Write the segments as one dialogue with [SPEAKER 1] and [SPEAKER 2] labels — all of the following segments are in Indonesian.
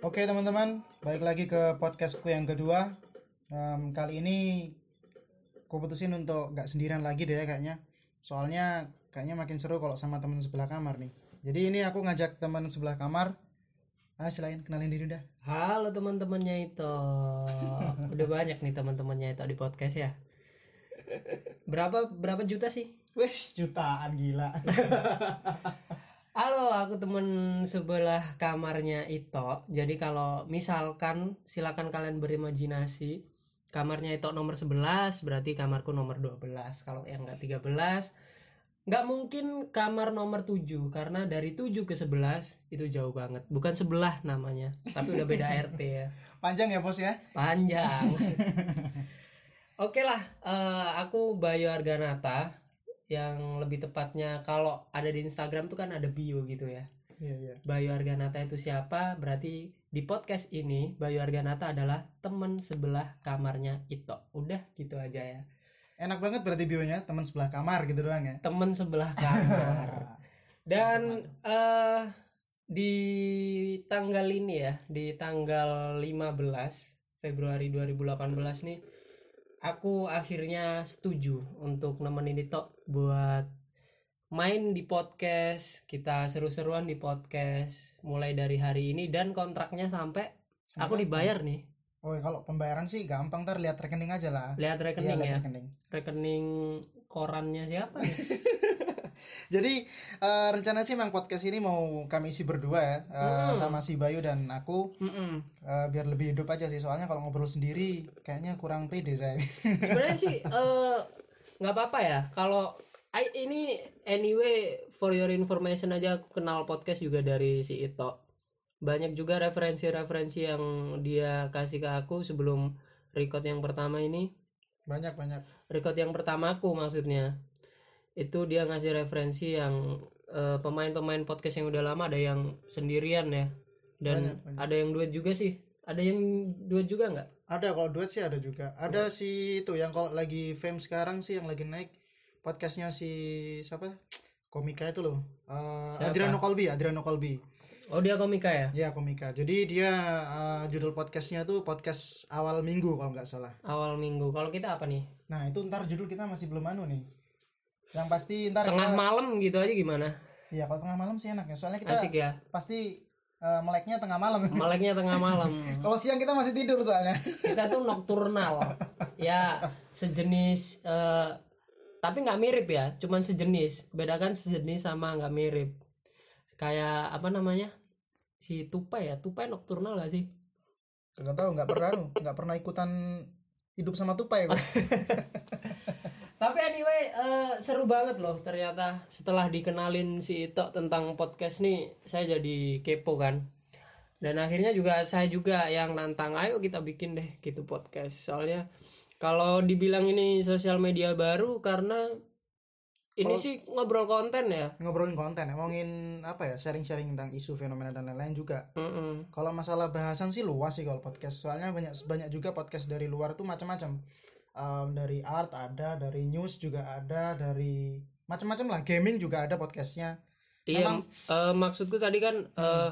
[SPEAKER 1] Oke teman-teman, balik lagi ke podcastku yang kedua. Em, kali ini aku putusin untuk nggak sendirian lagi deh ya kayaknya. Soalnya kayaknya makin seru kalau sama teman sebelah kamar nih. Jadi ini aku ngajak teman sebelah kamar. Ah silakan kenalin diri dah.
[SPEAKER 2] Halo teman-temannya itu. Udah banyak nih teman-temannya itu di podcast ya. Berapa berapa juta sih?
[SPEAKER 1] Wes jutaan gila.
[SPEAKER 2] Halo, aku temen sebelah kamarnya Ito. Jadi kalau misalkan silakan kalian berimajinasi kamarnya Ito nomor 11 berarti kamarku nomor 12. Kalau yang enggak 13 nggak mungkin kamar nomor 7 karena dari 7 ke 11 itu jauh banget. Bukan sebelah namanya, tapi udah beda RT ya.
[SPEAKER 1] Panjang ya bos ya.
[SPEAKER 2] panjang oke lah eh, aku Bayu Arganata yang lebih tepatnya kalau ada di Instagram tuh kan ada bio gitu ya
[SPEAKER 1] Iya iya.
[SPEAKER 2] Bayu Arganata itu siapa berarti di podcast ini Bayu Arganata adalah temen sebelah kamarnya Ito udah gitu aja ya
[SPEAKER 1] Enak banget berarti bionya teman sebelah kamar gitu doang ya.
[SPEAKER 2] temen sebelah kamar Dan eh di tanggal ini ya, di tanggal 15 Februari 2018 nih aku akhirnya setuju untuk nemenin Dito buat main di podcast, kita seru-seruan di podcast mulai dari hari ini dan kontraknya sampai aku
[SPEAKER 1] Iya.
[SPEAKER 2] dibayar nih.
[SPEAKER 1] Oh kalau pembayaran sih gampang ntar lihat rekening aja lah.
[SPEAKER 2] Lihat
[SPEAKER 1] Iya,
[SPEAKER 2] rekening
[SPEAKER 1] lihat
[SPEAKER 2] ya,
[SPEAKER 1] rekening.
[SPEAKER 2] rekening korannya siapa nih?
[SPEAKER 1] Jadi eh, rencana sih memang podcast ini mau kami isi berdua ya eh, sama si Bayu dan aku
[SPEAKER 2] Mm-mm.
[SPEAKER 1] eh, biar lebih hidup aja sih soalnya kalau ngobrol sendiri kayaknya kurang pede saya.
[SPEAKER 2] sebenarnya sih eh, nggak apa-apa ya kalau I- ini anyway for your information aja aku kenal podcast juga dari si Ito banyak juga referensi-referensi yang dia kasih ke aku sebelum record yang pertama ini
[SPEAKER 1] banyak banyak.
[SPEAKER 2] record yang pertama aku maksudnya itu dia ngasih referensi yang eh, pemain-pemain podcast yang udah lama ada yang sendirian ya
[SPEAKER 1] Banyak,
[SPEAKER 2] dan
[SPEAKER 1] banyak.
[SPEAKER 2] ada yang duet juga sih ada yang duet juga nggak
[SPEAKER 1] Ada kalau duet sih ada juga. Ada si itu yang kalau lagi fame sekarang sih yang lagi naik podcastnya si siapa? Komika itu loh. Eh,
[SPEAKER 2] Siapa?
[SPEAKER 1] Adriano Colby, Adriano Colby.
[SPEAKER 2] oh dia komika ya
[SPEAKER 1] Ya komika. Jadi dia eh, judul podcastnya tuh podcast awal minggu kalau nggak salah.
[SPEAKER 2] awal minggu kalau kita apa nih
[SPEAKER 1] Nah itu ntar judul kita masih belum anu nih. Yang pasti ntar
[SPEAKER 2] tengah
[SPEAKER 1] kita-
[SPEAKER 2] malam gitu aja gimana
[SPEAKER 1] Iya kalau tengah malam sih enak ya. Soalnya kita
[SPEAKER 2] asik ya
[SPEAKER 1] pasti eh, meleknya tengah malam.
[SPEAKER 2] meleknya tengah malam
[SPEAKER 1] kalau siang kita masih tidur soalnya.
[SPEAKER 2] kita tuh nokturnal ya sejenis eh, tapi nggak mirip ya cuman sejenis bedakan sejenis sama nggak mirip kayak apa namanya si tupai ya tupai nokturnal gak sih
[SPEAKER 1] Gak tahu nggak pernah anu, nggak pernah ikutan hidup sama tupai gue.
[SPEAKER 2] tapi anyway eh, seru banget loh ternyata setelah dikenalin si Ito tentang podcast nih saya jadi kepo kan dan akhirnya juga saya juga yang nantang ayo kita bikin deh gitu podcast soalnya kalau dibilang ini sosial media baru karena ini sih ngobrol konten ya
[SPEAKER 1] Ngobrolin konten, ngomongin apa ya sharing-sharing tentang isu fenomena dan lain-lain juga.
[SPEAKER 2] Mm-mm.
[SPEAKER 1] Kalau masalah bahasan sih luas sih kalau podcast. Soalnya banyak banyak juga podcast dari luar tuh macam-macam. Em, dari art ada, dari news juga ada, dari macam-macam lah. Gaming juga ada podcastnya.
[SPEAKER 2] Iya,
[SPEAKER 1] Memang-
[SPEAKER 2] eh, maksudku tadi kan eh,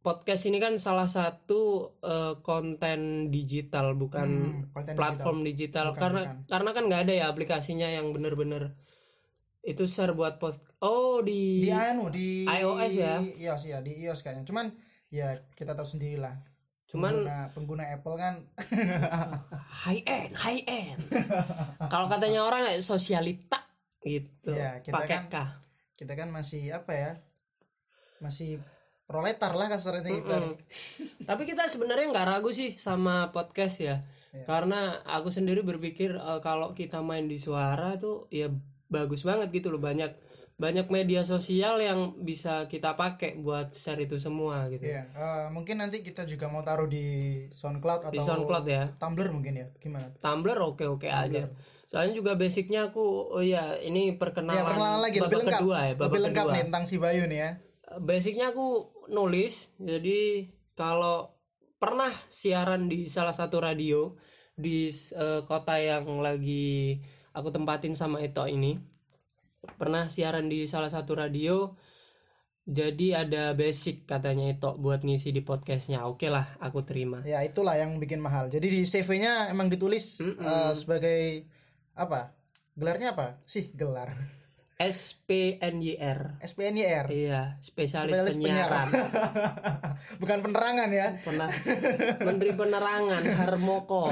[SPEAKER 2] podcast ini kan salah satu eh, konten digital bukan
[SPEAKER 1] Hmm, konten
[SPEAKER 2] platform digital,
[SPEAKER 1] Bukan,
[SPEAKER 2] karena
[SPEAKER 1] bukan.
[SPEAKER 2] karena kan nggak ada ya aplikasinya yang bener-bener itu share buat post oh di,
[SPEAKER 1] di anu di
[SPEAKER 2] iOS ya?
[SPEAKER 1] iOS ya di iOS kayaknya cuman ya kita tahu sendiri lah
[SPEAKER 2] Cuman-
[SPEAKER 1] pengguna, pengguna Apple kan
[SPEAKER 2] high end high end kalau katanya orang eh, sosialita gitu
[SPEAKER 1] Iya, kita
[SPEAKER 2] pakai
[SPEAKER 1] kan-
[SPEAKER 2] K
[SPEAKER 1] kita kan masih apa ya masih proletar lah kasarnya kita
[SPEAKER 2] Mm-mm. Tapi kita sebenarnya nggak ragu sih sama podcast ya,
[SPEAKER 1] Iya.
[SPEAKER 2] karena aku sendiri berpikir eh, kalau kita main di suara tuh ya bagus banget gitu loh banyak banyak media sosial yang bisa kita pakai buat share itu semua gitu.
[SPEAKER 1] Iya, eh, mungkin nanti kita juga mau taruh di SoundCloud atau
[SPEAKER 2] Di SoundCloud ya.
[SPEAKER 1] Tumblr mungkin ya. Gimana?
[SPEAKER 2] Tumblr oke-oke aja. Soalnya juga basicnya aku oh ya ini
[SPEAKER 1] Ya,
[SPEAKER 2] perkenalan,
[SPEAKER 1] perkenalan lagi
[SPEAKER 2] babak
[SPEAKER 1] lebih lengkap.
[SPEAKER 2] kedua ya, babak
[SPEAKER 1] lebih lengkap
[SPEAKER 2] kedua.
[SPEAKER 1] nih tentang si Bayu nih ya.
[SPEAKER 2] basicnya aku nulis jadi kalau pernah siaran di salah satu radio di eh, kota yang lagi aku tempatin sama Eto ini pernah siaran di salah satu radio jadi ada basic katanya Eto buat ngisi di podcastnya oke lah aku terima
[SPEAKER 1] Ya, itulah yang bikin mahal. Jadi di CV-nya emang ditulis eh, sebagai apa? Gelarnya apa? Sih, gelar.
[SPEAKER 2] SPNYR
[SPEAKER 1] SPNYR.
[SPEAKER 2] iya spesialis,
[SPEAKER 1] Spesialis
[SPEAKER 2] penyiaran
[SPEAKER 1] Bukan penerangan ya.
[SPEAKER 2] pernah menteri penerangan Harmoko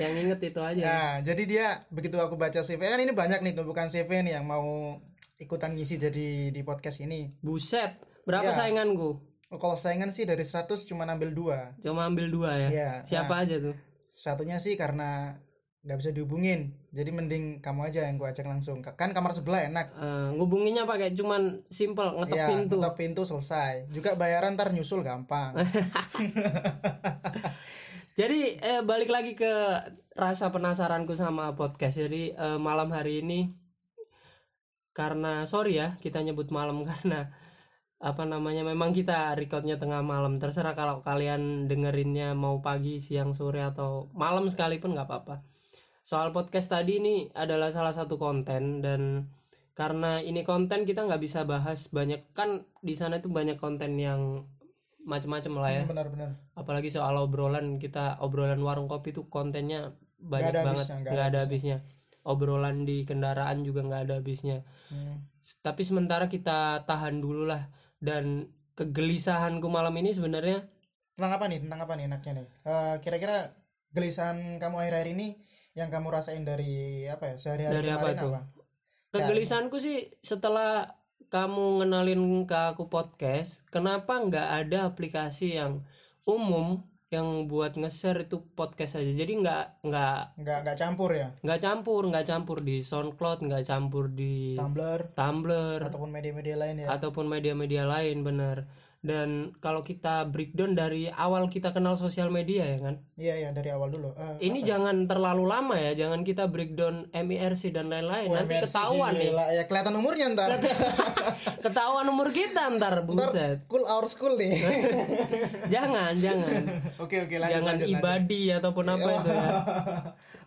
[SPEAKER 2] yang inget itu aja
[SPEAKER 1] Nah, jadi dia begitu aku baca CV kan ini banyak nih tumpukan CV nih yang mau ikutan ngisi jadi di podcast ini.
[SPEAKER 2] Buset, berapa
[SPEAKER 1] Iya.
[SPEAKER 2] sainganku?
[SPEAKER 1] Oh, Kalau saingan sih dari 100 cuma ambil dua.
[SPEAKER 2] Cuma ambil dua ya.
[SPEAKER 1] Iya,
[SPEAKER 2] Siapa aja tuh?
[SPEAKER 1] Satunya sih karena nggak bisa dihubungin. Jadi mending kamu aja yang gua ajak langsung. Kan kamar sebelah enak.
[SPEAKER 2] Eh, ngubunginnya pakai cuman simple ngetok
[SPEAKER 1] Ya,
[SPEAKER 2] pintu. Eh,
[SPEAKER 1] ngetok pintu selesai. Juga bayaran ntar nyusul gampang.
[SPEAKER 2] Jadi eh, balik lagi ke rasa penasaranku sama podcast. Jadi eh, malam hari ini karena sorry ya kita nyebut malam karena apa namanya memang kita recordnya tengah malam terserah kalau kalian dengerinnya mau pagi siang sore atau malam sekalipun nggak apa-apa soal podcast tadi ini adalah salah satu konten dan karena ini konten kita nggak bisa bahas banyak kan di sana itu banyak konten yang macam-macam lah ya
[SPEAKER 1] Benar-benar.
[SPEAKER 2] apalagi soal obrolan kita obrolan warung kopi tuh kontennya banyak
[SPEAKER 1] ada
[SPEAKER 2] banget
[SPEAKER 1] habisnya, nggak
[SPEAKER 2] nggak ada habisnya obrolan di kendaraan juga nggak ada habisnya
[SPEAKER 1] Hmm.
[SPEAKER 2] S- tapi sementara kita tahan dulu lah dan kegelisahanku malam ini
[SPEAKER 1] Ya.
[SPEAKER 2] sebenarnya
[SPEAKER 1] Tentang apa nih? Tentang apa nih enaknya nih? Eh, Kira-kira gelisahan kamu akhir-akhir ini yang kamu rasain dari apa ya? Sehari-hari
[SPEAKER 2] Dari apa
[SPEAKER 1] kemarin
[SPEAKER 2] tuh? kegelisahanku sih setelah kamu ngenalin ke aku podcast kenapa nggak ada aplikasi yang umum yang buat nge-share itu podcast aja jadi nggak nggak
[SPEAKER 1] Nggak nggak campur ya?
[SPEAKER 2] nggak campur nggak campur di SoundCloud nggak campur di
[SPEAKER 1] Tumblr
[SPEAKER 2] Tumblr
[SPEAKER 1] ataupun media-media lain ya.
[SPEAKER 2] ataupun media-media lain bener dan kalau kita breakdown dari awal kita kenal sosial media ya kan
[SPEAKER 1] Iya ya dari awal dulu. Eh,
[SPEAKER 2] ini jangan terlalu lama ya jangan kita breakdown MIRC dan lain-lain nanti
[SPEAKER 1] WMRC,
[SPEAKER 2] ketahuan nih
[SPEAKER 1] gila. Ya kelihatan umurnya ntar.
[SPEAKER 2] ketahuan umur kita ntar buset
[SPEAKER 1] Cool our school nih.
[SPEAKER 2] jangan jangan
[SPEAKER 1] Oke oke lanjut
[SPEAKER 2] jangan
[SPEAKER 1] lanjut. lanjut.
[SPEAKER 2] ibadi ataupun apa itu ya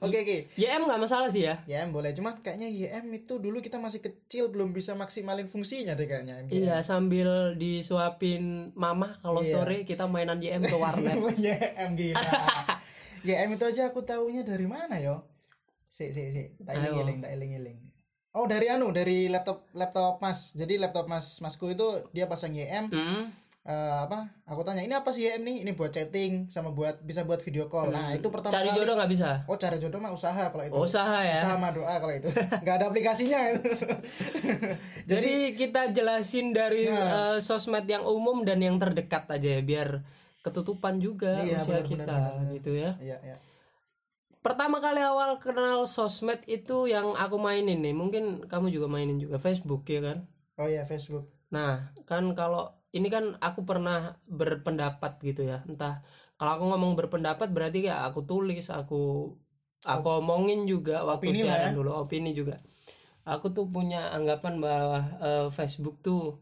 [SPEAKER 1] Oke oke.
[SPEAKER 2] YM nggak masalah sih ya
[SPEAKER 1] YM boleh cuma kayaknya YM itu dulu kita masih kecil belum bisa maksimalin fungsinya deh kayaknya.
[SPEAKER 2] Iya sambil disuapin mama kalau
[SPEAKER 1] Iya.
[SPEAKER 2] sore kita mainan YM ke warnet
[SPEAKER 1] YM gila. YM Ya, itu aja aku taunya dari mana yo? Si si si. Tak iling iling tak iling iling. Oh dari anu dari laptop laptop mas. Jadi laptop mas masku itu dia pasang YM.
[SPEAKER 2] Hmm.
[SPEAKER 1] eh, apa? Aku tanya ini apa sih YM nih? Ini buat chatting sama buat bisa buat video call. Nah itu pertama
[SPEAKER 2] Hmm. cari
[SPEAKER 1] kali.
[SPEAKER 2] jodoh nggak bisa
[SPEAKER 1] Oh cari jodoh mah usaha kalau itu.
[SPEAKER 2] usaha ya
[SPEAKER 1] Sama doa kalau itu. Nggak ada aplikasinya. itu.
[SPEAKER 2] Jadi kita jelasin dari eh, sosmed yang umum dan yang terdekat aja ya biar ketutupan juga
[SPEAKER 1] Iya,
[SPEAKER 2] usia
[SPEAKER 1] benar,
[SPEAKER 2] kita
[SPEAKER 1] benar, benar.
[SPEAKER 2] gitu ya.
[SPEAKER 1] Iya iya.
[SPEAKER 2] Pertama kali awal kenal sosmed itu yang aku mainin nih, mungkin kamu juga mainin juga Facebook ya kan.
[SPEAKER 1] Oh iya Facebook.
[SPEAKER 2] Nah, kan kalau ini kan aku pernah berpendapat gitu ya. Entah kalau aku ngomong berpendapat berarti ya aku tulis, aku aku omongin juga waktu
[SPEAKER 1] Opini lah ya.
[SPEAKER 2] siaran dulu, opini juga. Aku tuh punya anggapan bahwa eh, Facebook tuh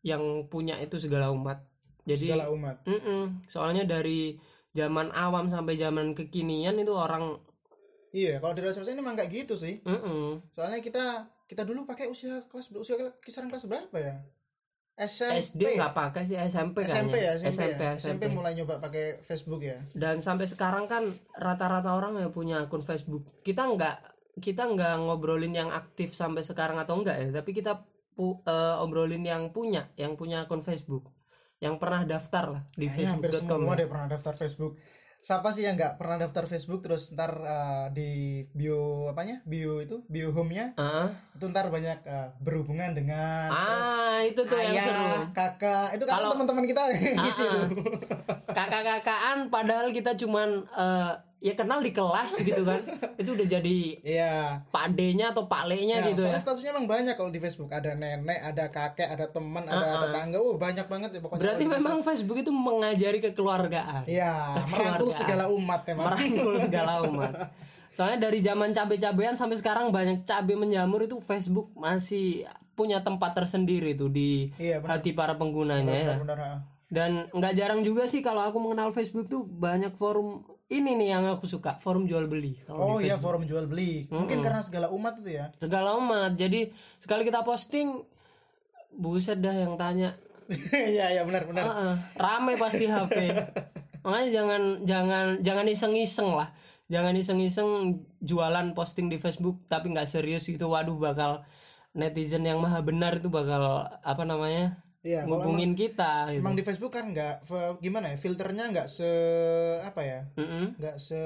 [SPEAKER 2] yang punya itu segala umat. Jadi
[SPEAKER 1] Segala umat.
[SPEAKER 2] mm-mm, soalnya dari zaman awam sampai zaman kekinian itu orang
[SPEAKER 1] Iya kalau di Rasul ini emang nggak gitu sih.
[SPEAKER 2] mm-mm.
[SPEAKER 1] Soalnya kita kita dulu pakai usia kelas usia kisaran kelas berapa ya?
[SPEAKER 2] SD
[SPEAKER 1] SMP.
[SPEAKER 2] nggak pakai sih SMP
[SPEAKER 1] SMP ya,
[SPEAKER 2] kayaknya.
[SPEAKER 1] SMP,
[SPEAKER 2] SMP,
[SPEAKER 1] ya.
[SPEAKER 2] SMP.
[SPEAKER 1] SMP mulai nyoba pakai Facebook ya.
[SPEAKER 2] dan sampai sekarang kan rata-rata orang ya punya akun Facebook kita nggak kita nggak ngobrolin yang aktif sampai sekarang atau enggak ya tapi kita pu- eh, obrolin yang punya yang punya akun Facebook yang pernah daftar lah di
[SPEAKER 1] Kayaknya hampir
[SPEAKER 2] facebook.com
[SPEAKER 1] semua
[SPEAKER 2] ya.
[SPEAKER 1] deh pernah daftar Facebook. Siapa sih yang nggak pernah daftar Facebook terus ntar eh, di bio apanya? Bio itu, bio home-nya
[SPEAKER 2] Ah,
[SPEAKER 1] itu ntar banyak eh, berhubungan dengan
[SPEAKER 2] ah itu tuh yang
[SPEAKER 1] ayah,
[SPEAKER 2] seru
[SPEAKER 1] kakak. Itu kan
[SPEAKER 2] Kalau-
[SPEAKER 1] teman-teman kita ngisi
[SPEAKER 2] ah.
[SPEAKER 1] tuh.
[SPEAKER 2] kakak-kakaan padahal kita cuman eh, ya kenal di kelas gitu kan itu udah jadi
[SPEAKER 1] Iya.
[SPEAKER 2] pak D-nya atau pak
[SPEAKER 1] Ya,
[SPEAKER 2] Le-nya gitu
[SPEAKER 1] soalnya
[SPEAKER 2] ya
[SPEAKER 1] statusnya emang banyak kalau di Facebook ada nenek, ada kakek, ada teman, ada
[SPEAKER 2] Ah, ah.
[SPEAKER 1] tetangga. Oh, banyak banget ya pokoknya.
[SPEAKER 2] berarti
[SPEAKER 1] kalau di
[SPEAKER 2] memang Facebook itu mengajari kekeluargaan
[SPEAKER 1] Facebook. Iya, merangkul
[SPEAKER 2] Keluarga.
[SPEAKER 1] segala umat ya, memang.
[SPEAKER 2] merangkul segala umat soalnya dari zaman cabe-cabean sampai sekarang banyak cabe menjamur itu Facebook masih punya tempat tersendiri tuh di
[SPEAKER 1] Iya, benar.
[SPEAKER 2] hati para penggunanya ya.
[SPEAKER 1] Benar-benar. ah.
[SPEAKER 2] dan nggak jarang juga sih kalau aku mengenal Facebook tuh banyak forum ini nih yang aku suka forum jual beli kalau
[SPEAKER 1] Oh
[SPEAKER 2] di
[SPEAKER 1] iya forum jual beli. Mungkin karena segala umat itu ya.
[SPEAKER 2] segala umat jadi sekali kita posting buset dah yang tanya
[SPEAKER 1] Iya iya benar benar.
[SPEAKER 2] "Ah, ah, rame pasti HP makanya jangan jangan jangan iseng iseng lah jangan iseng iseng jualan posting di Facebook tapi nggak serius gitu waduh bakal netizen yang maha benar itu bakal apa namanya
[SPEAKER 1] Iya, kalau
[SPEAKER 2] ngubungin kita gitu.
[SPEAKER 1] Emang di Facebook kan nggak fe- gimana ya filternya nggak se apa ya
[SPEAKER 2] Mm-mm.
[SPEAKER 1] nggak se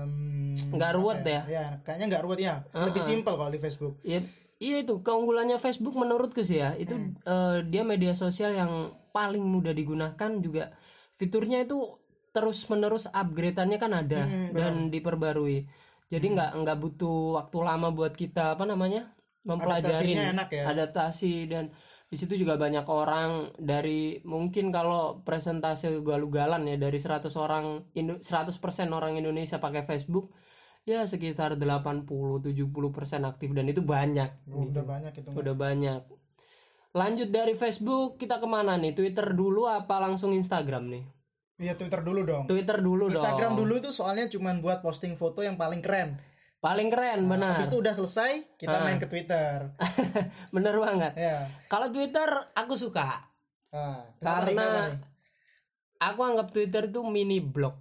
[SPEAKER 1] em,
[SPEAKER 2] nggak ruwet ya
[SPEAKER 1] ya kayaknya nggak ruwet ya lebih simpel kalau di Facebook
[SPEAKER 2] Iya, iya itu keunggulannya Facebook menurutku sih ya. Itu eh, dia media sosial yang paling mudah digunakan juga fiturnya itu terus menerus upgradeannya kan ada dan diperbarui. Jadi nggak nggak butuh waktu lama buat kita apa namanya mempelajari
[SPEAKER 1] Adaptasinya enak ya.
[SPEAKER 2] adaptasi dan di situ juga banyak orang dari mungkin kalau presentasi galugalan ya dari 100 orang Indo- 100% orang Indonesia pakai Facebook ya sekitar 80 70% aktif dan itu banyak
[SPEAKER 1] udah banyak itu
[SPEAKER 2] udah banyak lanjut dari Facebook kita kemana nih Twitter dulu apa langsung Instagram nih
[SPEAKER 1] ya Twitter dulu dong
[SPEAKER 2] Twitter dulu
[SPEAKER 1] Instagram
[SPEAKER 2] dong
[SPEAKER 1] dulu tuh soalnya cuman buat posting foto yang paling keren
[SPEAKER 2] paling keren benar
[SPEAKER 1] habis itu udah selesai kita
[SPEAKER 2] Ah.
[SPEAKER 1] main ke Twitter
[SPEAKER 2] bener banget
[SPEAKER 1] ya
[SPEAKER 2] kalau Twitter aku suka
[SPEAKER 1] Ah, kenapa nih, kenapa
[SPEAKER 2] karena
[SPEAKER 1] nih?
[SPEAKER 2] aku anggap Twitter tuh mini blog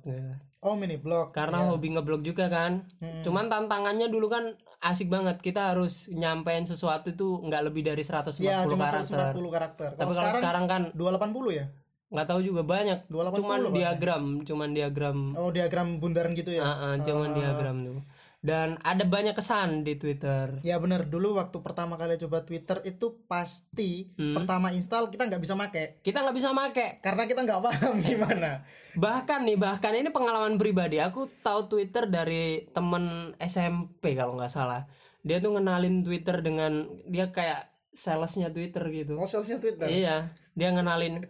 [SPEAKER 1] oh mini blog
[SPEAKER 2] karena hobi ngeblog juga kan cuman tantangannya dulu kan asik banget kita harus nyampein sesuatu tuh nggak lebih dari 140
[SPEAKER 1] ya cuma
[SPEAKER 2] karakter
[SPEAKER 1] 140 karakter
[SPEAKER 2] tapi
[SPEAKER 1] kalau
[SPEAKER 2] kalau
[SPEAKER 1] sekarang
[SPEAKER 2] sekarang kan
[SPEAKER 1] 280 ya
[SPEAKER 2] nggak tahu juga banyak
[SPEAKER 1] 280
[SPEAKER 2] cuman
[SPEAKER 1] loh, Pak.
[SPEAKER 2] diagram cuman diagram
[SPEAKER 1] ya? oh diagram bundaran gitu ya
[SPEAKER 2] Ah, ah, cuman diagram tuh dan ada banyak kesan di Twitter
[SPEAKER 1] Ya bener dulu waktu pertama kali coba Twitter itu pasti
[SPEAKER 2] Hmm.
[SPEAKER 1] pertama install kita nggak bisa make
[SPEAKER 2] kita nggak bisa make
[SPEAKER 1] karena kita nggak paham gimana.
[SPEAKER 2] bahkan nih bahkan ini pengalaman pribadi aku tahu Twitter dari temen SMP kalau nggak salah dia tuh ngenalin Twitter dengan dia kayak salesnya Twitter gitu
[SPEAKER 1] Ngoselnya Twitter.
[SPEAKER 2] iya dia ngenalin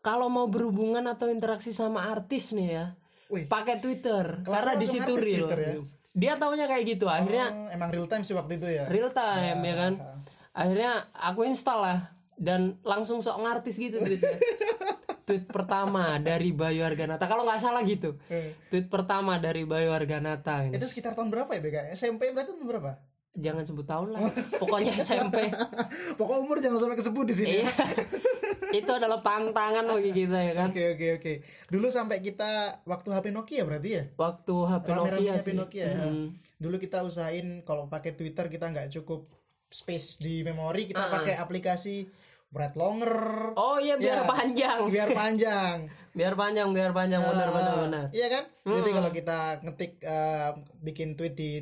[SPEAKER 2] kalau mau berhubungan atau interaksi sama artis nih ya
[SPEAKER 1] Wih.
[SPEAKER 2] pakai Twitter
[SPEAKER 1] Kelasnya
[SPEAKER 2] karena di
[SPEAKER 1] langsung
[SPEAKER 2] situ
[SPEAKER 1] artis
[SPEAKER 2] real
[SPEAKER 1] Twitter ya?
[SPEAKER 2] dia taunya kayak gitu akhirnya
[SPEAKER 1] Hmm, emang real time sih waktu itu ya.
[SPEAKER 2] real time ya
[SPEAKER 1] Ah,
[SPEAKER 2] kan akhirnya aku install lah dan langsung sok ngartis gitu tweetnya tweet pertama dari Bayu Arganata kalau nggak salah gitu tweet pertama dari Bayu Arganata ini
[SPEAKER 1] Itu sekitar tahun berapa ya, itu kak? SMP berarti tahun berapa?
[SPEAKER 2] jangan sebut tahun
[SPEAKER 1] Oh.
[SPEAKER 2] lah pokoknya SMP
[SPEAKER 1] Pokok umur jangan sampai kesebut di sini.
[SPEAKER 2] iya itu adalah pantangan bagi kita ya kan
[SPEAKER 1] Oke oke oke. Dulu sampai kita waktu HP Nokia berarti ya.
[SPEAKER 2] waktu HP Nokia
[SPEAKER 1] Rame-ramenya HP
[SPEAKER 2] sih
[SPEAKER 1] Nokia. ya. Dulu kita usahain kalau pakai Twitter kita nggak cukup space di memori kita pakai aplikasi Brad Longer.
[SPEAKER 2] oh iya
[SPEAKER 1] Ya.
[SPEAKER 2] biar panjang
[SPEAKER 1] biar panjang
[SPEAKER 2] biar panjang biar panjang benar benar benar
[SPEAKER 1] iya kan jadi kalau kita ngetik eh, bikin tweet di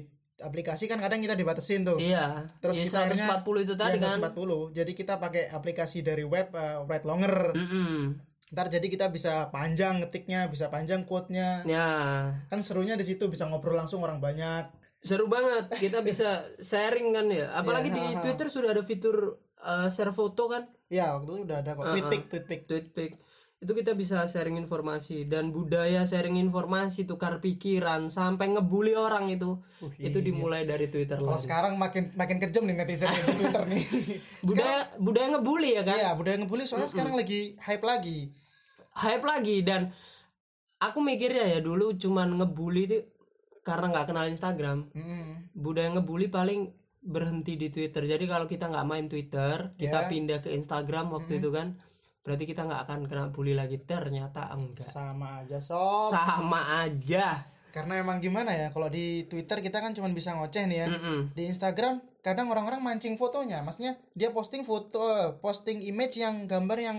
[SPEAKER 1] aplikasi kan kadang kita dibatasin tuh
[SPEAKER 2] iya
[SPEAKER 1] terus
[SPEAKER 2] Iya,
[SPEAKER 1] kita akhirnya-
[SPEAKER 2] 140 itu tadi
[SPEAKER 1] Iya,
[SPEAKER 2] kan
[SPEAKER 1] 140. jadi kita pakai aplikasi dari web eh, Write Longer
[SPEAKER 2] Mm-mm.
[SPEAKER 1] ntar jadi kita bisa panjang ngetiknya bisa panjang quote-nya
[SPEAKER 2] ya
[SPEAKER 1] kan serunya di situ bisa ngobrol langsung orang banyak
[SPEAKER 2] seru banget kita bisa sharing kan ya
[SPEAKER 1] Iya.
[SPEAKER 2] apalagi di Twitter sudah ada fitur eh, share foto kan
[SPEAKER 1] ya waktu itu udah ada kok tweet pic tweet pic
[SPEAKER 2] tweet pic itu kita bisa sharing informasi dan budaya sharing informasi tukar pikiran sampai ngebully orang itu itu dimulai dari Twitter
[SPEAKER 1] kalau
[SPEAKER 2] lah
[SPEAKER 1] sekarang makin makin kejam nih netizen di Twitter nih
[SPEAKER 2] budaya budaya ngebully ya kan
[SPEAKER 1] Iya, budaya ngebully soalnya sekarang lagi hype lagi.
[SPEAKER 2] hype lagi dan aku mikirnya ya dulu cuman ngebully itu karena nggak kenal Instagram
[SPEAKER 1] Mm.
[SPEAKER 2] budaya ngebully paling berhenti di Twitter. Jadi kalau kita nggak main Twitter, kita pindah ke Instagram waktu itu kan, berarti kita nggak akan kena bully lagi. Ternyata enggak.
[SPEAKER 1] Sama aja sob.
[SPEAKER 2] Sama aja.
[SPEAKER 1] Karena emang gimana ya, kalau di Twitter kita kan cuma bisa ngoceh nih ya.
[SPEAKER 2] Mm-mm.
[SPEAKER 1] Di Instagram kadang orang-orang mancing fotonya, maksudnya dia posting foto, eh, posting image yang gambar yang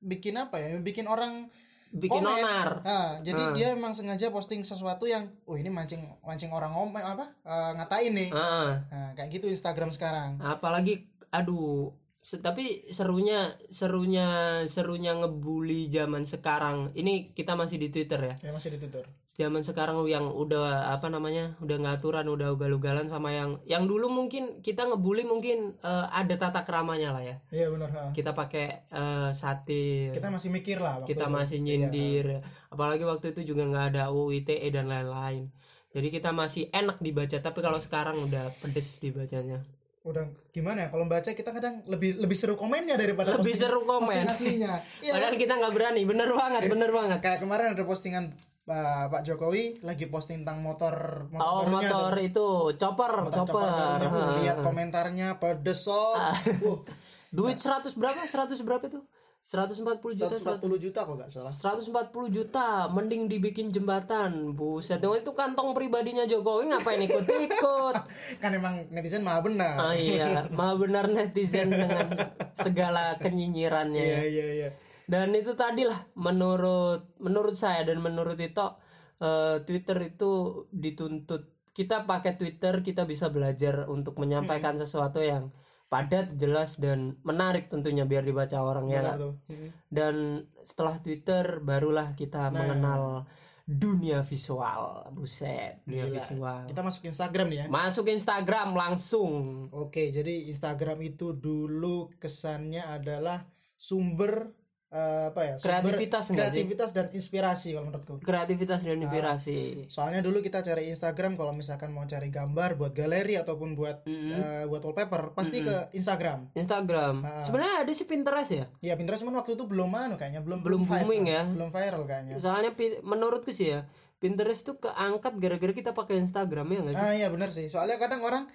[SPEAKER 1] bikin apa ya, yang bikin orang
[SPEAKER 2] Bikin
[SPEAKER 1] komen.
[SPEAKER 2] onar.
[SPEAKER 1] Nah, jadi dia emang sengaja posting sesuatu yang, oh ini mancing mancing orang ngomong apa eh, ngatain nih.
[SPEAKER 2] Heeh.
[SPEAKER 1] Nah, kayak gitu Instagram sekarang.
[SPEAKER 2] Apalagi aduh Se- tapi serunya serunya serunya ngebully zaman sekarang ini kita masih di Twitter ya
[SPEAKER 1] ya masih ditutur
[SPEAKER 2] zaman sekarang yang udah apa namanya udah ngaturan udah ugal-ugalan sama yang yang dulu mungkin kita ngebully mungkin eh, ada tata keramanya lah ya
[SPEAKER 1] iya benar ha.
[SPEAKER 2] kita pakai eh, satir
[SPEAKER 1] kita masih mikir lah waktu
[SPEAKER 2] kita
[SPEAKER 1] itu.
[SPEAKER 2] masih nyindir ya. apalagi waktu itu juga nggak ada UU ITE E, dan lain-lain jadi kita masih enak dibaca tapi kalau sekarang udah pedes dibacanya
[SPEAKER 1] udah gimana ya kalau baca kita kadang lebih lebih seru komennya daripada
[SPEAKER 2] Lebih seru komen.
[SPEAKER 1] posting aslinya Iya.
[SPEAKER 2] padahal kita nggak berani bener banget bener banget
[SPEAKER 1] kayak kemarin ada postingan uh, Pak Jokowi lagi posting tentang motor motor
[SPEAKER 2] oh
[SPEAKER 1] barunya
[SPEAKER 2] motor
[SPEAKER 1] tuh.
[SPEAKER 2] itu chopper
[SPEAKER 1] Motor
[SPEAKER 2] chopper
[SPEAKER 1] barunya. Wuh,
[SPEAKER 2] Ha. Ah.
[SPEAKER 1] lihat komentarnya pedes sok Wuh,
[SPEAKER 2] duit 100 berapa 100 berapa itu 140 juta
[SPEAKER 1] 140 juta kok nggak salah
[SPEAKER 2] 140 juta mending dibikin jembatan buset dong itu kantong pribadinya Jokowi ngapain ikut-ikut
[SPEAKER 1] kan emang netizen maha benar
[SPEAKER 2] ah iya maha benar netizen dengan segala kenyinyirannya ya.
[SPEAKER 1] iya iya iya
[SPEAKER 2] dan itu tadi lah menurut menurut saya dan menurut Tito eh, Twitter itu dituntut kita pakai Twitter kita bisa belajar untuk menyampaikan sesuatu yang padat jelas dan menarik tentunya biar dibaca orang
[SPEAKER 1] Benar
[SPEAKER 2] ya nggak?
[SPEAKER 1] tuh. Mm-mm.
[SPEAKER 2] dan setelah Twitter barulah kita mengenal dunia visual buset dunia
[SPEAKER 1] Gila.
[SPEAKER 2] visual
[SPEAKER 1] kita masuk Instagram nih ya
[SPEAKER 2] masuk Instagram langsung
[SPEAKER 1] Oke, jadi Instagram itu dulu kesannya adalah sumber eh, apa ya? Sumber
[SPEAKER 2] Kreativitas enggak sih?
[SPEAKER 1] kreativitas dan inspirasi kalau menurutku.
[SPEAKER 2] kreativitas dan inspirasi
[SPEAKER 1] Soalnya dulu kita cari Instagram kalau misalkan mau cari gambar buat galeri ataupun buat eh, buat wallpaper pasti ke Instagram.
[SPEAKER 2] Instagram sebenarnya ada sih Pinterest ya
[SPEAKER 1] Ya Pinterest cuman waktu itu belum anu kayaknya belum
[SPEAKER 2] Belum
[SPEAKER 1] hype,
[SPEAKER 2] booming ya.
[SPEAKER 1] belum viral kayaknya.
[SPEAKER 2] soalnya pi- menurutku sih ya Pinterest tuh keangkat gara-gara kita pakai Instagram ya nggak sih
[SPEAKER 1] Ah iya benar sih. Soalnya kadang orang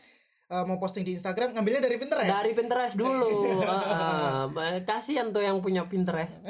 [SPEAKER 1] eh, mau posting di Instagram ngambilnya dari Pinterest.
[SPEAKER 2] dari Pinterest dulu Ah, ah. kasihan tuh yang punya Pinterest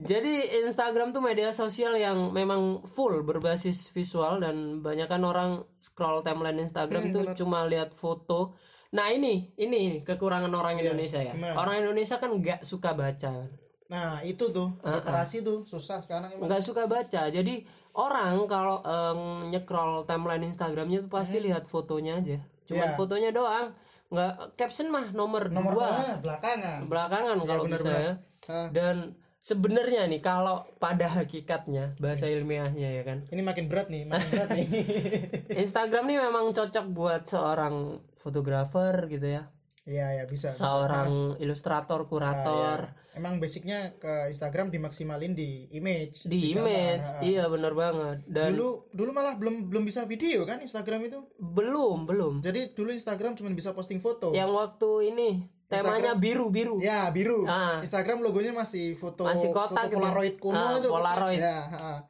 [SPEAKER 2] jadi Instagram tuh media sosial yang memang full berbasis visual dan banyakkan orang scroll timeline
[SPEAKER 1] Hmm,
[SPEAKER 2] Instagram tuh cuma lihat foto nah ini ini kekurangan orang
[SPEAKER 1] Iya,
[SPEAKER 2] Indonesia ya
[SPEAKER 1] gimana?
[SPEAKER 2] orang Indonesia kan nggak suka baca kan?
[SPEAKER 1] Nah, itu tuh
[SPEAKER 2] Ah,
[SPEAKER 1] literasi tuh susah sekarang emang.
[SPEAKER 2] nggak suka baca jadi orang kalau em, nyekrol timeline Instagramnya tuh pasti lihat fotonya aja cuman
[SPEAKER 1] Hmm. Iya.
[SPEAKER 2] fotonya doang nggak caption mah nomor,
[SPEAKER 1] Nomor
[SPEAKER 2] dua
[SPEAKER 1] ah, belakangan.
[SPEAKER 2] belakangan kalau bisa ya
[SPEAKER 1] Ah.
[SPEAKER 2] dan sebenarnya nih kalau pada hakikatnya bahasa ilmiahnya ya kan
[SPEAKER 1] Ini makin berat nih, makin berat nih.
[SPEAKER 2] Instagram nih memang cocok buat seorang fotografer gitu ya
[SPEAKER 1] Iya ya bisa.
[SPEAKER 2] seorang ilustrator kurator
[SPEAKER 1] Emang basicnya ke Instagram dimaksimalin di image.
[SPEAKER 2] di image iya bener banget dan
[SPEAKER 1] Dulu dulu malah belum belum bisa video kan Instagram itu.
[SPEAKER 2] belum belum
[SPEAKER 1] Jadi dulu Instagram cuma bisa posting foto.
[SPEAKER 2] yang waktu ini temanya biru-biru
[SPEAKER 1] Ya biru.
[SPEAKER 2] Ah.
[SPEAKER 1] Instagram logonya masih foto
[SPEAKER 2] Masih kotak
[SPEAKER 1] foto
[SPEAKER 2] gitu.
[SPEAKER 1] Polaroid kuno
[SPEAKER 2] Ah,
[SPEAKER 1] itu.
[SPEAKER 2] Polaroid.
[SPEAKER 1] Ya, ah.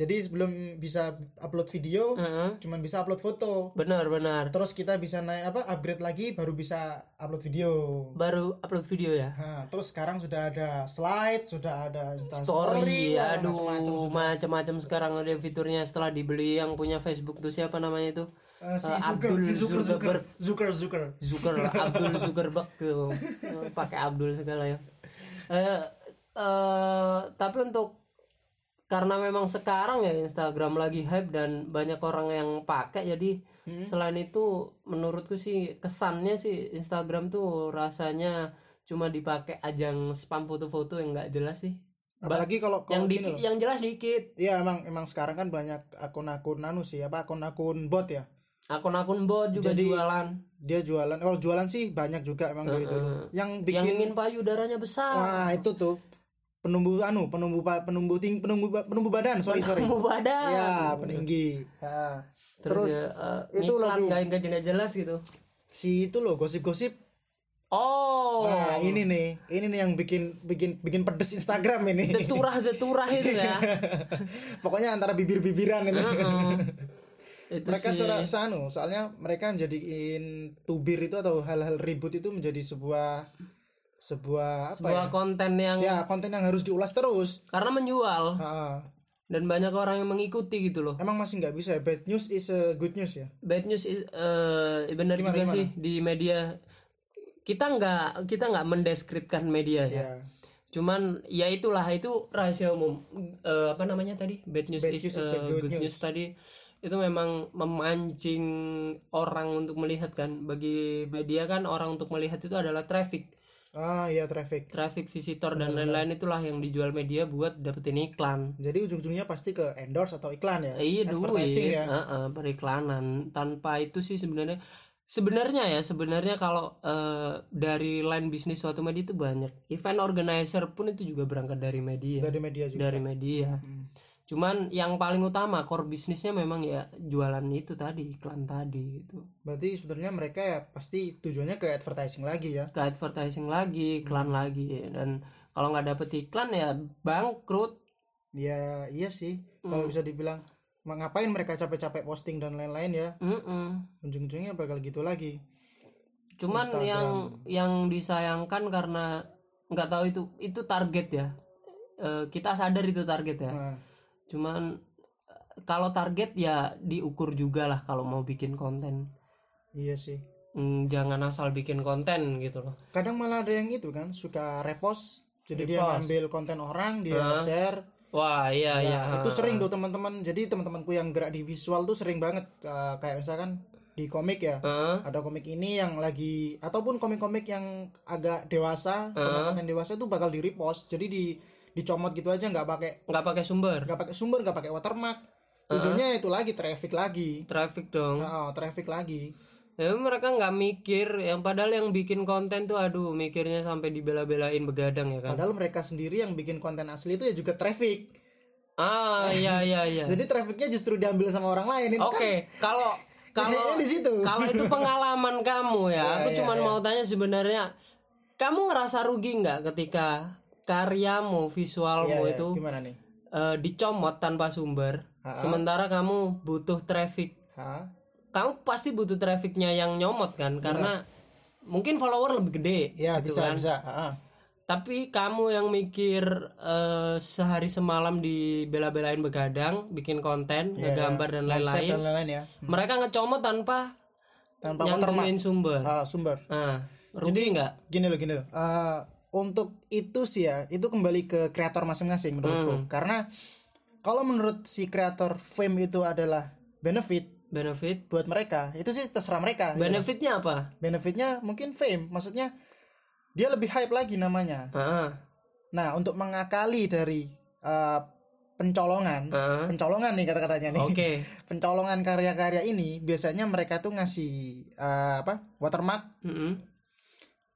[SPEAKER 1] Jadi sebelum bisa upload video,
[SPEAKER 2] Mm-hmm.
[SPEAKER 1] cuman bisa upload foto.
[SPEAKER 2] benar benar
[SPEAKER 1] Terus kita bisa naik apa upgrade lagi baru bisa upload video.
[SPEAKER 2] baru upload video ya
[SPEAKER 1] Nah, terus sekarang sudah ada slide, sudah ada Insta
[SPEAKER 2] story
[SPEAKER 1] lah,
[SPEAKER 2] ya,
[SPEAKER 1] macam-macam.
[SPEAKER 2] aduh macam-macam sekarang ada fiturnya setelah dibeli yang punya Facebook tuh siapa namanya itu
[SPEAKER 1] Eh, si
[SPEAKER 2] Eh,
[SPEAKER 1] Zucker,
[SPEAKER 2] Abdul
[SPEAKER 1] si Zucker, Zucker,
[SPEAKER 2] Zuckerberg.
[SPEAKER 1] Zucker, Zucker.
[SPEAKER 2] Zucker Abdul Zuckerberg tuh Eh, pakai Abdul segala ya eh eh, tapi untuk karena memang sekarang ya Instagram lagi hype dan banyak orang yang pakai jadi
[SPEAKER 1] Hmm.
[SPEAKER 2] selain itu menurutku sih kesannya sih Instagram tuh rasanya cuma dipakai ajang spam foto-foto yang nggak jelas sih
[SPEAKER 1] Apalagi kalau
[SPEAKER 2] yang
[SPEAKER 1] kalau
[SPEAKER 2] dikit
[SPEAKER 1] gini loh.
[SPEAKER 2] yang jelas dikit
[SPEAKER 1] Iya emang emang sekarang kan banyak akun-akun anu sih apa akun-akun bot ya.
[SPEAKER 2] akun-akun bot juga
[SPEAKER 1] Jadi,
[SPEAKER 2] jualan
[SPEAKER 1] Dia jualan, kalau jualan sih banyak juga emang dari dulu. Yang
[SPEAKER 2] Eh, yang
[SPEAKER 1] bikin
[SPEAKER 2] ingin payudaranya besar
[SPEAKER 1] nah itu tuh penumbuh anu, penumbuh pa- penumbuh ting penumbuh ba- penumbuh badan, sorry sorry.
[SPEAKER 2] mau badan
[SPEAKER 1] Ya peninggi. Ya.
[SPEAKER 2] terus, ya, eh,
[SPEAKER 1] itu
[SPEAKER 2] ngiklan
[SPEAKER 1] lagi-
[SPEAKER 2] nggak nggak nggak jelas gitu
[SPEAKER 1] Si itu loh gosip-gosip
[SPEAKER 2] oh
[SPEAKER 1] Nah, ini nih, ini nih yang bikin bikin bikin pedes Instagram ini.
[SPEAKER 2] deturah deturah itu ya
[SPEAKER 1] Pokoknya antara bibir-bibiran ini.
[SPEAKER 2] itu
[SPEAKER 1] mereka
[SPEAKER 2] sih
[SPEAKER 1] suara sanu, soalnya mereka jadiin tubir itu atau hal-hal ribut itu menjadi sebuah sebuah apa
[SPEAKER 2] sebuah konten yang
[SPEAKER 1] ya? Ya, konten yang harus diulas terus.
[SPEAKER 2] karena menjual
[SPEAKER 1] Ah,
[SPEAKER 2] dan banyak orang yang mengikuti gitu loh
[SPEAKER 1] emang masih nggak bisa ya? Bad news is a good news ya.
[SPEAKER 2] bad news is- eh benar juga sih di media kita nggak kita nggak mendeskripsikan media ya
[SPEAKER 1] Ya.
[SPEAKER 2] cuman ya itulah itu rahasia umum Eh, apa namanya tadi bad news is, eh, good, news. tadi itu memang memancing orang untuk melihat kan bagi media kan orang untuk melihat itu adalah traffic
[SPEAKER 1] ah iya traffic
[SPEAKER 2] traffic visitor dan lain-lain itulah yang dijual media buat dapetin iklan
[SPEAKER 1] jadi ujung-ujungnya pasti ke endorse atau iklan ya
[SPEAKER 2] iya duit
[SPEAKER 1] Advertising ya
[SPEAKER 2] Heeh, periklanan tanpa itu sih sebenarnya sebenarnya ya sebenarnya kalau eh, dari line bisnis suatu media itu banyak event organizer pun itu juga berangkat dari media
[SPEAKER 1] dari media juga Hmm.
[SPEAKER 2] dari media cuman yang paling utama core bisnisnya memang ya jualan itu tadi iklan tadi gitu
[SPEAKER 1] berarti sebenarnya mereka ya pasti tujuannya ke advertising lagi ya
[SPEAKER 2] ke advertising lagi
[SPEAKER 1] Hmm.
[SPEAKER 2] iklan lagi ya. dan kalau nggak dapet iklan ya bangkrut
[SPEAKER 1] ya iya sih kalau
[SPEAKER 2] Hmm.
[SPEAKER 1] bisa dibilang "Ma- ngapain mereka capek-capek posting dan lain-lain ya
[SPEAKER 2] Mm-mm.
[SPEAKER 1] ujung-ujungnya bakal gitu lagi
[SPEAKER 2] cuman
[SPEAKER 1] Instagram.
[SPEAKER 2] yang yang disayangkan karena nggak tahu itu itu target ya Eh, kita sadar itu target ya
[SPEAKER 1] nah,
[SPEAKER 2] cuman eh, kalau target ya diukur juga lah kalau mau bikin konten
[SPEAKER 1] iya sih
[SPEAKER 2] Mm, jangan asal bikin konten gitu loh
[SPEAKER 1] kadang malah ada yang itu kan suka repost jadi dia
[SPEAKER 2] Repost.
[SPEAKER 1] ngambil konten orang dia share
[SPEAKER 2] wah iya iya
[SPEAKER 1] Nah, itu sering tuh teman-teman jadi teman-temanku yang gerak di visual tuh sering banget eh, kayak misalkan di komik ya
[SPEAKER 2] Heeh.
[SPEAKER 1] ada komik ini yang lagi ataupun komik-komik yang agak dewasa konten-konten dewasa itu bakal di repost jadi di dicomot gitu aja nggak pakai
[SPEAKER 2] nggak pakai sumber
[SPEAKER 1] nggak pakai sumber nggak pakai watermark ujungnya itu lagi traffic lagi
[SPEAKER 2] traffic dong
[SPEAKER 1] oh, traffic lagi
[SPEAKER 2] ya mereka nggak mikir yang padahal yang bikin konten tuh aduh mikirnya sampai dibela-belain begadang ya kan
[SPEAKER 1] padahal mereka sendiri yang bikin konten asli itu ya juga traffic
[SPEAKER 2] ah iya iya iya
[SPEAKER 1] jadi trafficnya justru diambil sama orang lain itu
[SPEAKER 2] Oke, kalau
[SPEAKER 1] kan
[SPEAKER 2] Oh, kalau
[SPEAKER 1] kayaknya di situ
[SPEAKER 2] kalau itu pengalaman kamu ya, aku
[SPEAKER 1] Iya,
[SPEAKER 2] cuman mau tanya sebenarnya kamu ngerasa rugi nggak ketika karyamu,
[SPEAKER 1] Iya,
[SPEAKER 2] visualmu
[SPEAKER 1] iya.
[SPEAKER 2] itu
[SPEAKER 1] gimana nih
[SPEAKER 2] eh, dicomot tanpa sumber, sementara kamu butuh traffic.
[SPEAKER 1] Hah?
[SPEAKER 2] Kamu pasti butuh trafficnya yang nyomot kan, karena mungkin follower lebih gede. gitu
[SPEAKER 1] ya bisa bisa Ah, ah.
[SPEAKER 2] Tapi kamu yang mikir eh, sehari semalam dibela-belain begadang, bikin konten, ngegambar
[SPEAKER 1] Offset
[SPEAKER 2] dan lain-lain.
[SPEAKER 1] Iya,
[SPEAKER 2] Hmm.
[SPEAKER 1] dan lain-lain ya
[SPEAKER 2] mereka ngecomot tanpa
[SPEAKER 1] tanpa
[SPEAKER 2] nyantumin sumber
[SPEAKER 1] ah, sumber
[SPEAKER 2] nah rugi nggak
[SPEAKER 1] gini loh gini loh Eh, untuk itu sih ya itu kembali ke kreator masing-masing
[SPEAKER 2] Hmm.
[SPEAKER 1] menurutku karena kalau menurut si kreator fame itu adalah benefit
[SPEAKER 2] benefit
[SPEAKER 1] buat mereka itu sih terserah mereka ya.
[SPEAKER 2] benefitnya apa
[SPEAKER 1] benefitnya mungkin fame maksudnya dia lebih hype lagi namanya
[SPEAKER 2] Heeh.
[SPEAKER 1] nah untuk mengakali dari eh, pencolongan
[SPEAKER 2] Heeh.
[SPEAKER 1] pencolongan nih kata-katanya nih
[SPEAKER 2] ah. oke
[SPEAKER 1] pencolongan karya-karya ini biasanya mereka tuh ngasih eh, apa watermark
[SPEAKER 2] Mm-mm.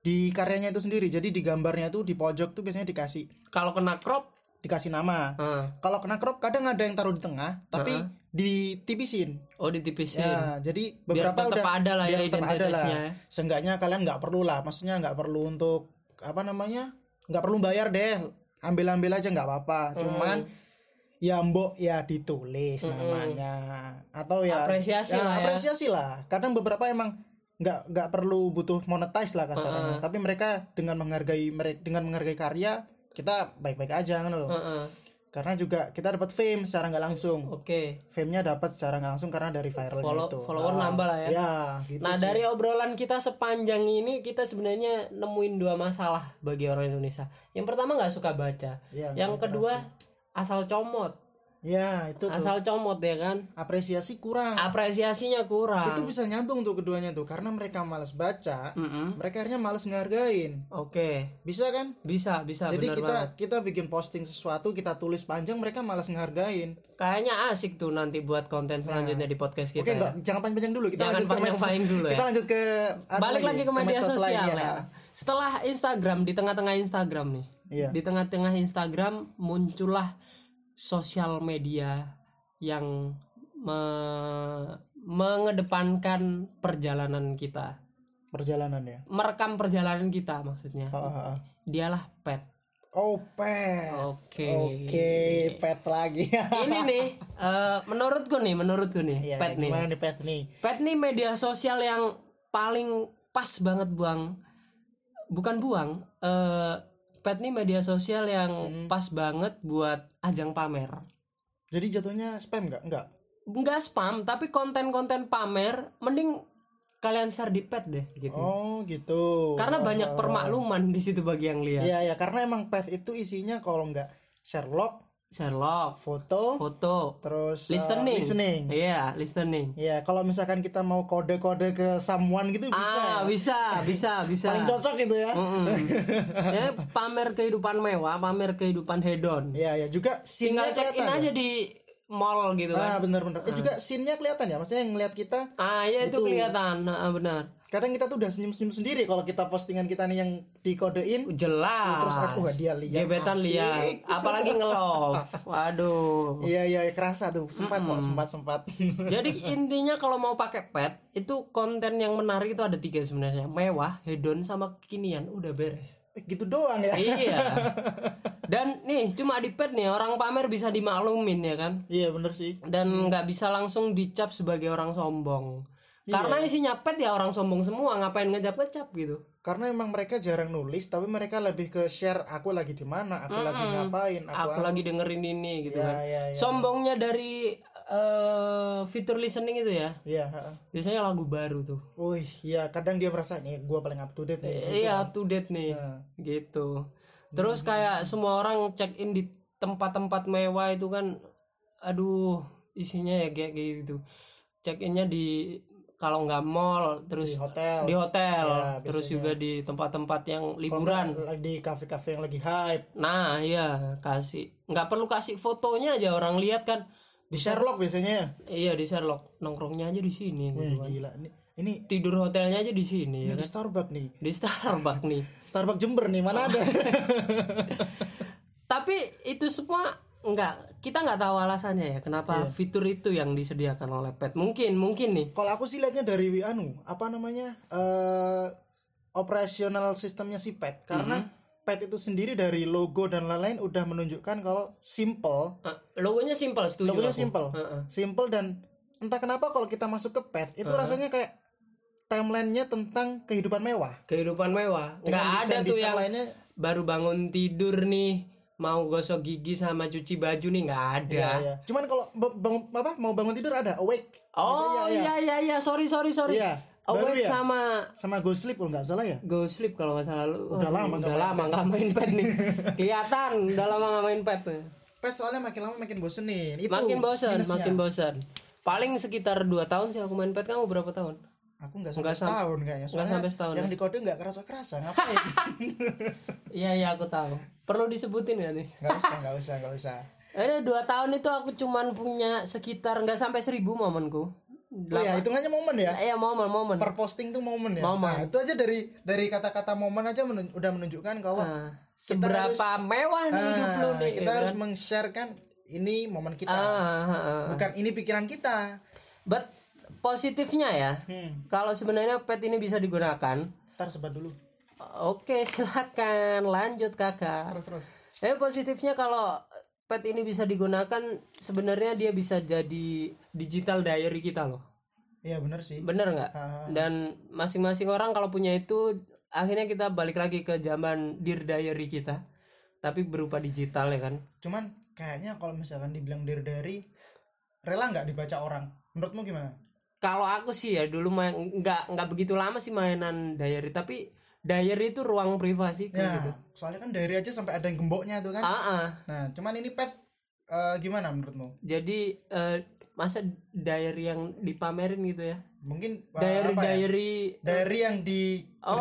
[SPEAKER 1] di karyanya itu sendiri jadi di gambarnya tuh di pojok tuh biasanya dikasih
[SPEAKER 2] kalau kena crop ah,
[SPEAKER 1] dikasih nama
[SPEAKER 2] heeh.
[SPEAKER 1] kalau kena crop kadang ada yang taruh di tengah tapi ditipisin
[SPEAKER 2] oh ditipisin
[SPEAKER 1] ya jadi
[SPEAKER 2] biar
[SPEAKER 1] beberapa
[SPEAKER 2] tetap
[SPEAKER 1] udah
[SPEAKER 2] ada lah ya
[SPEAKER 1] biar tetap ada lah
[SPEAKER 2] identitasnya
[SPEAKER 1] seenggaknya kalian nggak perlu lah maksudnya nggak perlu untuk apa namanya nggak perlu bayar deh ambil ambil aja nggak apa-apa
[SPEAKER 2] Hmm.
[SPEAKER 1] cuman ya mbok ya ditulis namanya atau ya
[SPEAKER 2] Apresiasi
[SPEAKER 1] ya,
[SPEAKER 2] lah ya.
[SPEAKER 1] apresiasi lah kadang beberapa emang nggak nggak perlu butuh monetize lah kasarnya
[SPEAKER 2] Hmm.
[SPEAKER 1] tapi mereka dengan menghargai mereka dengan menghargai karya kita baik-baik aja kan loh
[SPEAKER 2] Heeh.
[SPEAKER 1] karena juga kita dapat fame secara nggak langsung
[SPEAKER 2] oke
[SPEAKER 1] fame-nya dapat secara nggak langsung karena dari viral
[SPEAKER 2] Follow-
[SPEAKER 1] itu.
[SPEAKER 2] follower
[SPEAKER 1] Ah,
[SPEAKER 2] nambah lah ya.
[SPEAKER 1] Ya, gitu
[SPEAKER 2] nah
[SPEAKER 1] sih.
[SPEAKER 2] dari obrolan kita sepanjang ini kita sebenarnya nemuin dua masalah bagi orang Indonesia yang pertama nggak suka baca
[SPEAKER 1] Ya,
[SPEAKER 2] yang
[SPEAKER 1] literasi.
[SPEAKER 2] kedua asal comot
[SPEAKER 1] ya itu tuh.
[SPEAKER 2] asal comot ya kan
[SPEAKER 1] apresiasi kurang.
[SPEAKER 2] apresiasinya kurang
[SPEAKER 1] Ah. itu bisa nyambung tuh keduanya tuh karena mereka malas baca,
[SPEAKER 2] Mm-mm.
[SPEAKER 1] mereka akhirnya malas ngehargain.
[SPEAKER 2] Oke,
[SPEAKER 1] Bisa kan?
[SPEAKER 2] bisa bisa
[SPEAKER 1] Jadi
[SPEAKER 2] bener
[SPEAKER 1] kita
[SPEAKER 2] Ah, banget.
[SPEAKER 1] kita bikin posting sesuatu, kita tulis panjang, mereka malas ngehargain.
[SPEAKER 2] Kayaknya asik tuh nanti buat konten selanjutnya di podcast kita.
[SPEAKER 1] Iya. Oke,
[SPEAKER 2] ya.
[SPEAKER 1] nggak jangan panjang-panjang dulu. Kita
[SPEAKER 2] Jangan
[SPEAKER 1] lanjut ke medsos-
[SPEAKER 2] panjang-panjang dulu ya.
[SPEAKER 1] Kita lanjut ke anu
[SPEAKER 2] Balik lagi ke media
[SPEAKER 1] medsos
[SPEAKER 2] sosial
[SPEAKER 1] lain,
[SPEAKER 2] ya.
[SPEAKER 1] ya.
[SPEAKER 2] Setelah Instagram di tengah-tengah Instagram nih.
[SPEAKER 1] Iya.
[SPEAKER 2] Di tengah-tengah Instagram muncullah sosial media yang me- mengedepankan perjalanan kita,
[SPEAKER 1] Perjalanan ya.
[SPEAKER 2] merekam perjalanan kita maksudnya.
[SPEAKER 1] Ah, ah, ah.
[SPEAKER 2] Dialah pet.
[SPEAKER 1] Oh, pet.
[SPEAKER 2] Oke.
[SPEAKER 1] Oke, pet lagi.
[SPEAKER 2] Ini nih eh, menurutku nih, menurutku nih
[SPEAKER 1] Iya,
[SPEAKER 2] pet nih.
[SPEAKER 1] gimana nih pet nih?
[SPEAKER 2] Pet nih media sosial yang paling pas banget buang bukan buang eh Pet nih media sosial yang
[SPEAKER 1] Hmm.
[SPEAKER 2] pas banget buat ajang pamer
[SPEAKER 1] Jadi jatuhnya spam nggak? Nggak.
[SPEAKER 2] Enggak spam tapi konten-konten pamer mending kalian share di Pet deh gitu
[SPEAKER 1] Oh gitu.
[SPEAKER 2] karena banyak permakluman di situ bagi yang lihat
[SPEAKER 1] Iya ya karena emang path itu isinya kalau nggak Sherlock,
[SPEAKER 2] Sherlock,
[SPEAKER 1] foto,
[SPEAKER 2] foto,
[SPEAKER 1] terus uh,
[SPEAKER 2] listening.
[SPEAKER 1] listening.
[SPEAKER 2] Iya, listening.
[SPEAKER 1] Ya, kalau misalkan kita mau kode-kode ke someone gitu bisa. ya?
[SPEAKER 2] ah, bisa, bisa, bisa.
[SPEAKER 1] Paling cocok itu ya.
[SPEAKER 2] Mm-mm. ya, pamer kehidupan mewah, pamer kehidupan hedon.
[SPEAKER 1] Iya, ya juga scene-nya
[SPEAKER 2] Tinggal check in
[SPEAKER 1] kelihatan. ya.
[SPEAKER 2] aja di mall gitu
[SPEAKER 1] Ah,
[SPEAKER 2] kan.
[SPEAKER 1] benar-benar. Eh, juga scene-nya kelihatan ya. Maksudnya yang ngeliat kita,
[SPEAKER 2] Ah, ya itu,
[SPEAKER 1] Itu.
[SPEAKER 2] kelihatan, ah, benar.
[SPEAKER 1] kadang kita tuh udah senyum-senyum sendiri kalau kita postingan kita nih yang dikodein.
[SPEAKER 2] Jelas.
[SPEAKER 1] Terus aku, wah, dia liar,
[SPEAKER 2] Gebetan
[SPEAKER 1] asik.
[SPEAKER 2] liar, apalagi nge-love. Waduh.
[SPEAKER 1] Iya, iya, kerasa tuh. Sempat kok, sempat-sempat.
[SPEAKER 2] Jadi intinya kalau mau pakai pet itu konten yang menarik itu ada tiga sebenarnya mewah, hedon sama kekinian udah beres.
[SPEAKER 1] gitu doang ya.
[SPEAKER 2] iya. Dan nih cuma di pet nih orang pamer bisa dimaklumin ya kan.
[SPEAKER 1] Iya, bener sih.
[SPEAKER 2] Dan nggak bisa langsung dicap sebagai orang sombong.
[SPEAKER 1] Iya.
[SPEAKER 2] Karena isinya pet ya orang sombong semua ngapain ngecap-ngecap gitu.
[SPEAKER 1] Karena emang mereka jarang nulis, tapi mereka lebih ke share aku lagi di mana, aku lagi ngapain, aku,
[SPEAKER 2] Aku lagi dengerin ini gitu
[SPEAKER 1] Ya,
[SPEAKER 2] kan.
[SPEAKER 1] ya, ya.
[SPEAKER 2] Sombongnya dari eh, fitur listening itu ya.
[SPEAKER 1] Iya, heeh.
[SPEAKER 2] Biasanya lagu baru tuh.
[SPEAKER 1] Wih, iya, kadang dia merasa nih gua paling up to date nih.
[SPEAKER 2] Iya, up to date nih.
[SPEAKER 1] Nah.
[SPEAKER 2] Gitu.
[SPEAKER 1] Hmm.
[SPEAKER 2] Terus kayak semua orang check in di tempat-tempat mewah itu kan aduh, isinya ya kayak kayak gitu. Check innya di kalau nggak mall, terus
[SPEAKER 1] Di hotel.
[SPEAKER 2] di hotel,
[SPEAKER 1] Ya,
[SPEAKER 2] terus juga di tempat-tempat yang liburan.
[SPEAKER 1] Nah, di kafe-kafe yang lagi hype.
[SPEAKER 2] Nah, iya, kasih. nggak perlu kasih fotonya aja orang lihat kan.
[SPEAKER 1] Di Sherlock biasanya ya.
[SPEAKER 2] Iya, di Sherlock nongkrongnya aja di sini gitu
[SPEAKER 1] Wih,
[SPEAKER 2] kan.
[SPEAKER 1] gila. Ini ini
[SPEAKER 2] Tidur hotelnya aja di sini ya
[SPEAKER 1] di
[SPEAKER 2] kan.
[SPEAKER 1] Starbucks nih.
[SPEAKER 2] Di Starbucks nih.
[SPEAKER 1] Starbucks Jember nih,
[SPEAKER 2] Oh.
[SPEAKER 1] mana ada?
[SPEAKER 2] tapi itu semua nggak kita nggak tahu alasannya ya
[SPEAKER 1] Iya.
[SPEAKER 2] kenapa fitur itu yang disediakan oleh pet mungkin mungkin nih
[SPEAKER 1] Kalau aku sih lihatnya dari wi- anu, apa namanya? eh operasional sistemnya si Pet karena Pet itu sendiri dari logo dan lain-lain udah menunjukkan kalau simple,
[SPEAKER 2] Eh, logonya simpel setuju
[SPEAKER 1] logonya
[SPEAKER 2] aku.
[SPEAKER 1] simple.
[SPEAKER 2] Heeh.
[SPEAKER 1] Simple dan entah kenapa kalau kita masuk ke Pet itu rasanya kayak timelinenya tentang kehidupan mewah.
[SPEAKER 2] kehidupan mewah nggak
[SPEAKER 1] Dengan
[SPEAKER 2] ada tuh
[SPEAKER 1] desain-desain
[SPEAKER 2] yang
[SPEAKER 1] lainnya
[SPEAKER 2] baru bangun tidur nih mau gosok gigi sama cuci baju nih nggak ada
[SPEAKER 1] Iya, iya. Cuman kalau ba- bangun apa mau bangun tidur ada awake.
[SPEAKER 2] oh
[SPEAKER 1] Biasanya,
[SPEAKER 2] iya iya iya sorry sorry sorry
[SPEAKER 1] Iya, baru
[SPEAKER 2] awake
[SPEAKER 1] ya?
[SPEAKER 2] sama
[SPEAKER 1] Sama go sleep kalau nggak salah ya.
[SPEAKER 2] go sleep kalau nggak salah lu
[SPEAKER 1] Udah
[SPEAKER 2] Aduh,
[SPEAKER 1] lama nggak
[SPEAKER 2] udah lama nggak main pet nih kelihatan udah lama nggak main pet nih
[SPEAKER 1] Pet soalnya makin lama makin bosenin. Itu
[SPEAKER 2] makin bosan
[SPEAKER 1] minusnya.
[SPEAKER 2] makin bosan paling sekitar 2 tahun sih aku main pet kamu berapa tahun
[SPEAKER 1] Aku nggak sampai
[SPEAKER 2] Nggak sam-
[SPEAKER 1] setahun kayaknya. Soalnya
[SPEAKER 2] sampai setahun ya?
[SPEAKER 1] yang di kode nggak kerasa kerasa ngapain?
[SPEAKER 2] iya iya aku tahu perlu disebutin gak nih
[SPEAKER 1] Nggak usah nggak usah nggak usah.
[SPEAKER 2] ada Eh, dua tahun itu aku cuman punya sekitar nggak sampai seribu momenku
[SPEAKER 1] Oh ya hitungannya momen ya.
[SPEAKER 2] eh ya, momen momen
[SPEAKER 1] Per posting tuh momen ya. Nah,
[SPEAKER 2] Momen.
[SPEAKER 1] itu aja dari dari kata-kata momen aja menun- udah menunjukkan kalau
[SPEAKER 2] Nah, seberapa mewah nih hidup
[SPEAKER 1] ah,
[SPEAKER 2] lu nih ya kan?
[SPEAKER 1] kita harus meng-sharekan ini momen kita.
[SPEAKER 2] Ah, ah, ah.
[SPEAKER 1] Bukan ini pikiran kita.
[SPEAKER 2] but positifnya ya kalau sebenarnya pet ini bisa digunakan
[SPEAKER 1] Ntar sebat dulu.
[SPEAKER 2] oke silakan lanjut kakak
[SPEAKER 1] Terus terus.
[SPEAKER 2] Eh positifnya kalau pet ini bisa digunakan sebenarnya dia bisa jadi digital diary kita loh.
[SPEAKER 1] Iya benar sih.
[SPEAKER 2] Bener nggak? Dan masing-masing orang kalau punya itu akhirnya kita balik lagi ke zaman dear diary kita. Tapi berupa digital ya kan?
[SPEAKER 1] Cuman kayaknya kalau misalkan dibilang dari dari rela nggak dibaca orang? Menurutmu gimana?
[SPEAKER 2] Kalau aku sih ya dulu main nggak nggak begitu lama sih mainan diary tapi diary itu ruang privasi
[SPEAKER 1] Nah,
[SPEAKER 2] kan gitu.
[SPEAKER 1] soalnya kan dari aja sampai ada yang gemboknya tuh kan.
[SPEAKER 2] Ah, ah.
[SPEAKER 1] Nah, cuman ini pet eh, gimana menurutmu?
[SPEAKER 2] jadi eh, masa diary yang dipamerin gitu ya?
[SPEAKER 1] Mungkin eh,
[SPEAKER 2] Diary
[SPEAKER 1] apa ya?
[SPEAKER 2] diary
[SPEAKER 1] Dari yang
[SPEAKER 2] Oh,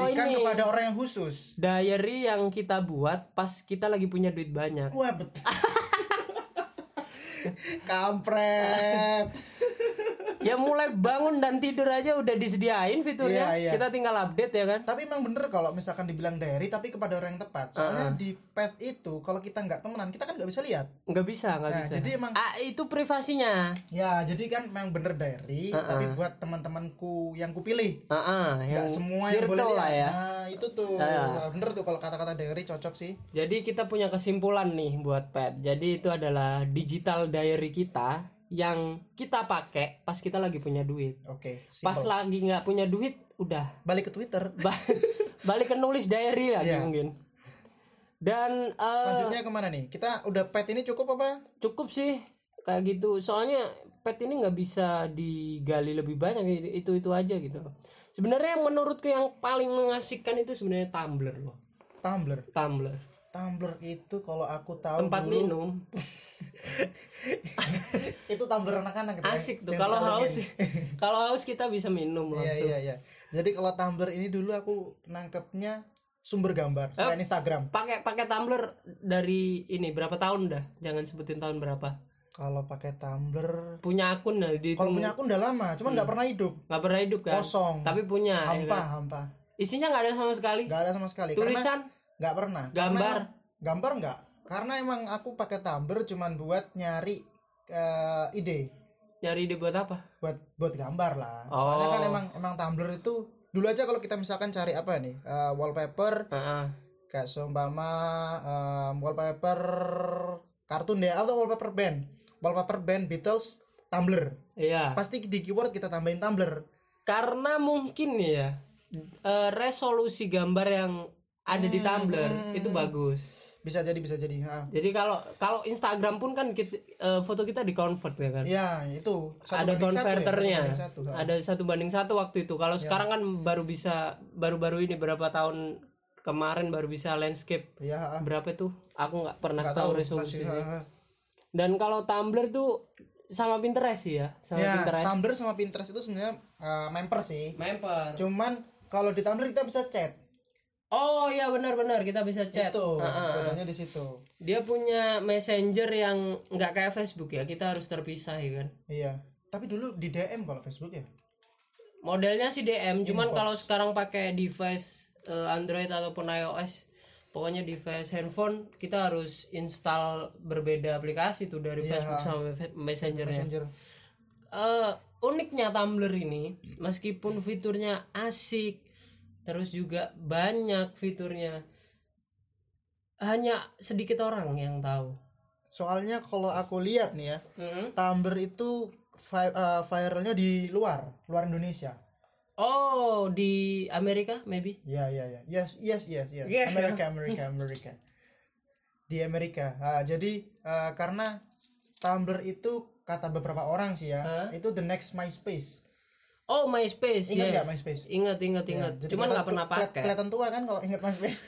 [SPEAKER 1] diberikan
[SPEAKER 2] ini.
[SPEAKER 1] kepada orang yang khusus.
[SPEAKER 2] diary yang kita buat pas kita lagi punya duit banyak.
[SPEAKER 1] Wah, betul. Kampret.
[SPEAKER 2] Ya mulai bangun dan tidur aja udah disediain fiturnya.
[SPEAKER 1] Iya, iya.
[SPEAKER 2] Kita tinggal update ya kan.
[SPEAKER 1] tapi emang bener kalau misalkan dibilang diary tapi kepada orang yang tepat. Soalnya di pet itu kalau kita nggak temenan, kita kan nggak bisa lihat.
[SPEAKER 2] Nggak bisa, nggak
[SPEAKER 1] Nah,
[SPEAKER 2] bisa.
[SPEAKER 1] jadi emang
[SPEAKER 2] Ah, itu privasinya.
[SPEAKER 1] Ya, jadi kan memang bener diary, tapi buat teman-temanku yang kupilih.
[SPEAKER 2] Ah, ah, yang
[SPEAKER 1] Gak semua yang
[SPEAKER 2] circle
[SPEAKER 1] boleh
[SPEAKER 2] lah
[SPEAKER 1] lihat.
[SPEAKER 2] ya.
[SPEAKER 1] Nah, itu tuh. Nah, bener tuh kalau kata-kata diary cocok sih.
[SPEAKER 2] Jadi kita punya kesimpulan nih buat pet. Jadi itu adalah digital diary kita yang kita pakai pas kita lagi punya duit.
[SPEAKER 1] Oke. simple.
[SPEAKER 2] Pas lagi nggak punya duit, udah
[SPEAKER 1] Balik ke Twitter.
[SPEAKER 2] Ba- balik ke nulis diary lagi
[SPEAKER 1] Iya.
[SPEAKER 2] mungkin. Dan eh,
[SPEAKER 1] Selanjutnya kemana nih? Kita udah pet ini cukup apa?
[SPEAKER 2] cukup sih kayak gitu soalnya pet ini nggak bisa digali lebih banyak itu itu aja gitu loh. sebenarnya yang menurutku yang paling mengasihkan itu sebenarnya tumbler loh
[SPEAKER 1] Tumblr.
[SPEAKER 2] tumbler
[SPEAKER 1] Tumblr itu kalau aku tahu
[SPEAKER 2] tempat
[SPEAKER 1] dulu
[SPEAKER 2] minum
[SPEAKER 1] itu tumbler anak-anak gitu ya,
[SPEAKER 2] Asik tuh
[SPEAKER 1] yang
[SPEAKER 2] kalau
[SPEAKER 1] dikalungin.
[SPEAKER 2] haus kalau haus kita bisa minum
[SPEAKER 1] Iya
[SPEAKER 2] langsung.
[SPEAKER 1] iya iya. Jadi kalau Tumblr ini dulu aku nangkepnya sumber
[SPEAKER 2] Oh.
[SPEAKER 1] gambar selain Instagram.
[SPEAKER 2] Pakai pakai tumbler dari ini berapa tahun dah? Jangan sebutin tahun berapa.
[SPEAKER 1] Kalau pakai Tumblr,
[SPEAKER 2] Punya akun nah di
[SPEAKER 1] kalau punya akun udah lama, cuman nggak pernah hidup,
[SPEAKER 2] nggak pernah hidup kan?
[SPEAKER 1] kosong,
[SPEAKER 2] Hmm. Tapi punya. ya
[SPEAKER 1] hampa
[SPEAKER 2] kan?
[SPEAKER 1] hampa,
[SPEAKER 2] Isinya nggak ada sama sekali.
[SPEAKER 1] nggak ada sama sekali. Karena
[SPEAKER 2] Tulisan
[SPEAKER 1] nggak pernah. Karena
[SPEAKER 2] Gambar?
[SPEAKER 1] emang- gambar nggak? Karena emang aku pakai Tumblr cuman buat nyari eh, ide,
[SPEAKER 2] nyari ide buat apa?
[SPEAKER 1] buat buat gambar lah. Soalnya
[SPEAKER 2] Oh.
[SPEAKER 1] kan emang emang Tumblr itu dulu aja kalau kita misalkan cari apa nih eh, wallpaper
[SPEAKER 2] Heeh.
[SPEAKER 1] kayak seumpama um, wallpaper kartun deh atau wallpaper band wallpaper band Beatles Tumblr
[SPEAKER 2] Iya.
[SPEAKER 1] pasti di keyword kita tambahin Tumblr
[SPEAKER 2] Karena mungkin ya eh, resolusi gambar yang ada
[SPEAKER 1] Hmm,
[SPEAKER 2] di Tumblr itu bagus.
[SPEAKER 1] bisa jadi bisa jadi ah.
[SPEAKER 2] Jadi kalau kalau Instagram pun kan kita, eh, foto kita di convert ya kan.
[SPEAKER 1] ya itu Satu
[SPEAKER 2] ada
[SPEAKER 1] banding satu ya,
[SPEAKER 2] konverternya
[SPEAKER 1] satu banding satu, Iya. ah.
[SPEAKER 2] ada satu banding satu waktu itu kalau sekarang kan baru bisa baru-baru ini berapa tahun kemarin baru bisa landscape
[SPEAKER 1] ya ah.
[SPEAKER 2] berapa itu aku nggak pernah tahu
[SPEAKER 1] Masih,
[SPEAKER 2] resolusinya
[SPEAKER 1] ah, ah.
[SPEAKER 2] dan kalau Tumblr tuh sama Pinterest sih ya sama
[SPEAKER 1] ya
[SPEAKER 2] Pinterest
[SPEAKER 1] Tumblr sama Pinterest itu sebenarnya uh, member sih
[SPEAKER 3] memper
[SPEAKER 1] cuman kalau di Tumblr kita bisa chat
[SPEAKER 2] oh iya benar-benar kita bisa chat
[SPEAKER 1] itu bedanya di situ
[SPEAKER 2] dia punya messenger yang nggak kayak Facebook ya kita harus terpisah ya kan
[SPEAKER 1] iya tapi dulu di DM kalau Facebook ya
[SPEAKER 2] modelnya sih DM cuman kalau sekarang pakai device eh, Android ataupun iOS pokoknya device handphone kita harus install berbeda aplikasi tuh dari Facebook sama Fe- Messenger-nya
[SPEAKER 1] Messenger
[SPEAKER 2] Eh, uniknya Tumblr ini meskipun fiturnya asik terus juga banyak fiturnya hanya sedikit orang yang tahu
[SPEAKER 1] soalnya kalau aku lihat nih ya
[SPEAKER 2] Mm-mm.
[SPEAKER 1] Tumblr itu vi- eh, viralnya di luar, luar Indonesia.
[SPEAKER 2] oh di Amerika maybe
[SPEAKER 1] Ya, ya, ya. Yes, yes, yes, yes.
[SPEAKER 3] Yes,
[SPEAKER 1] Amerika, Amerika, Amerika. Di Amerika. Ah, jadi eh, karena Tumblr itu kata beberapa orang sih ya, itu the next MySpace.
[SPEAKER 2] oh MySpace
[SPEAKER 1] Ingat
[SPEAKER 2] yes.
[SPEAKER 1] nggak MySpace?
[SPEAKER 2] ingat ingat
[SPEAKER 1] Ya,
[SPEAKER 2] ingat
[SPEAKER 1] jadi kelihatan
[SPEAKER 2] cuman nggak pernah
[SPEAKER 1] tu- kelihat-
[SPEAKER 2] pakai
[SPEAKER 1] Kelihatan tua kan kalau ingat MySpace.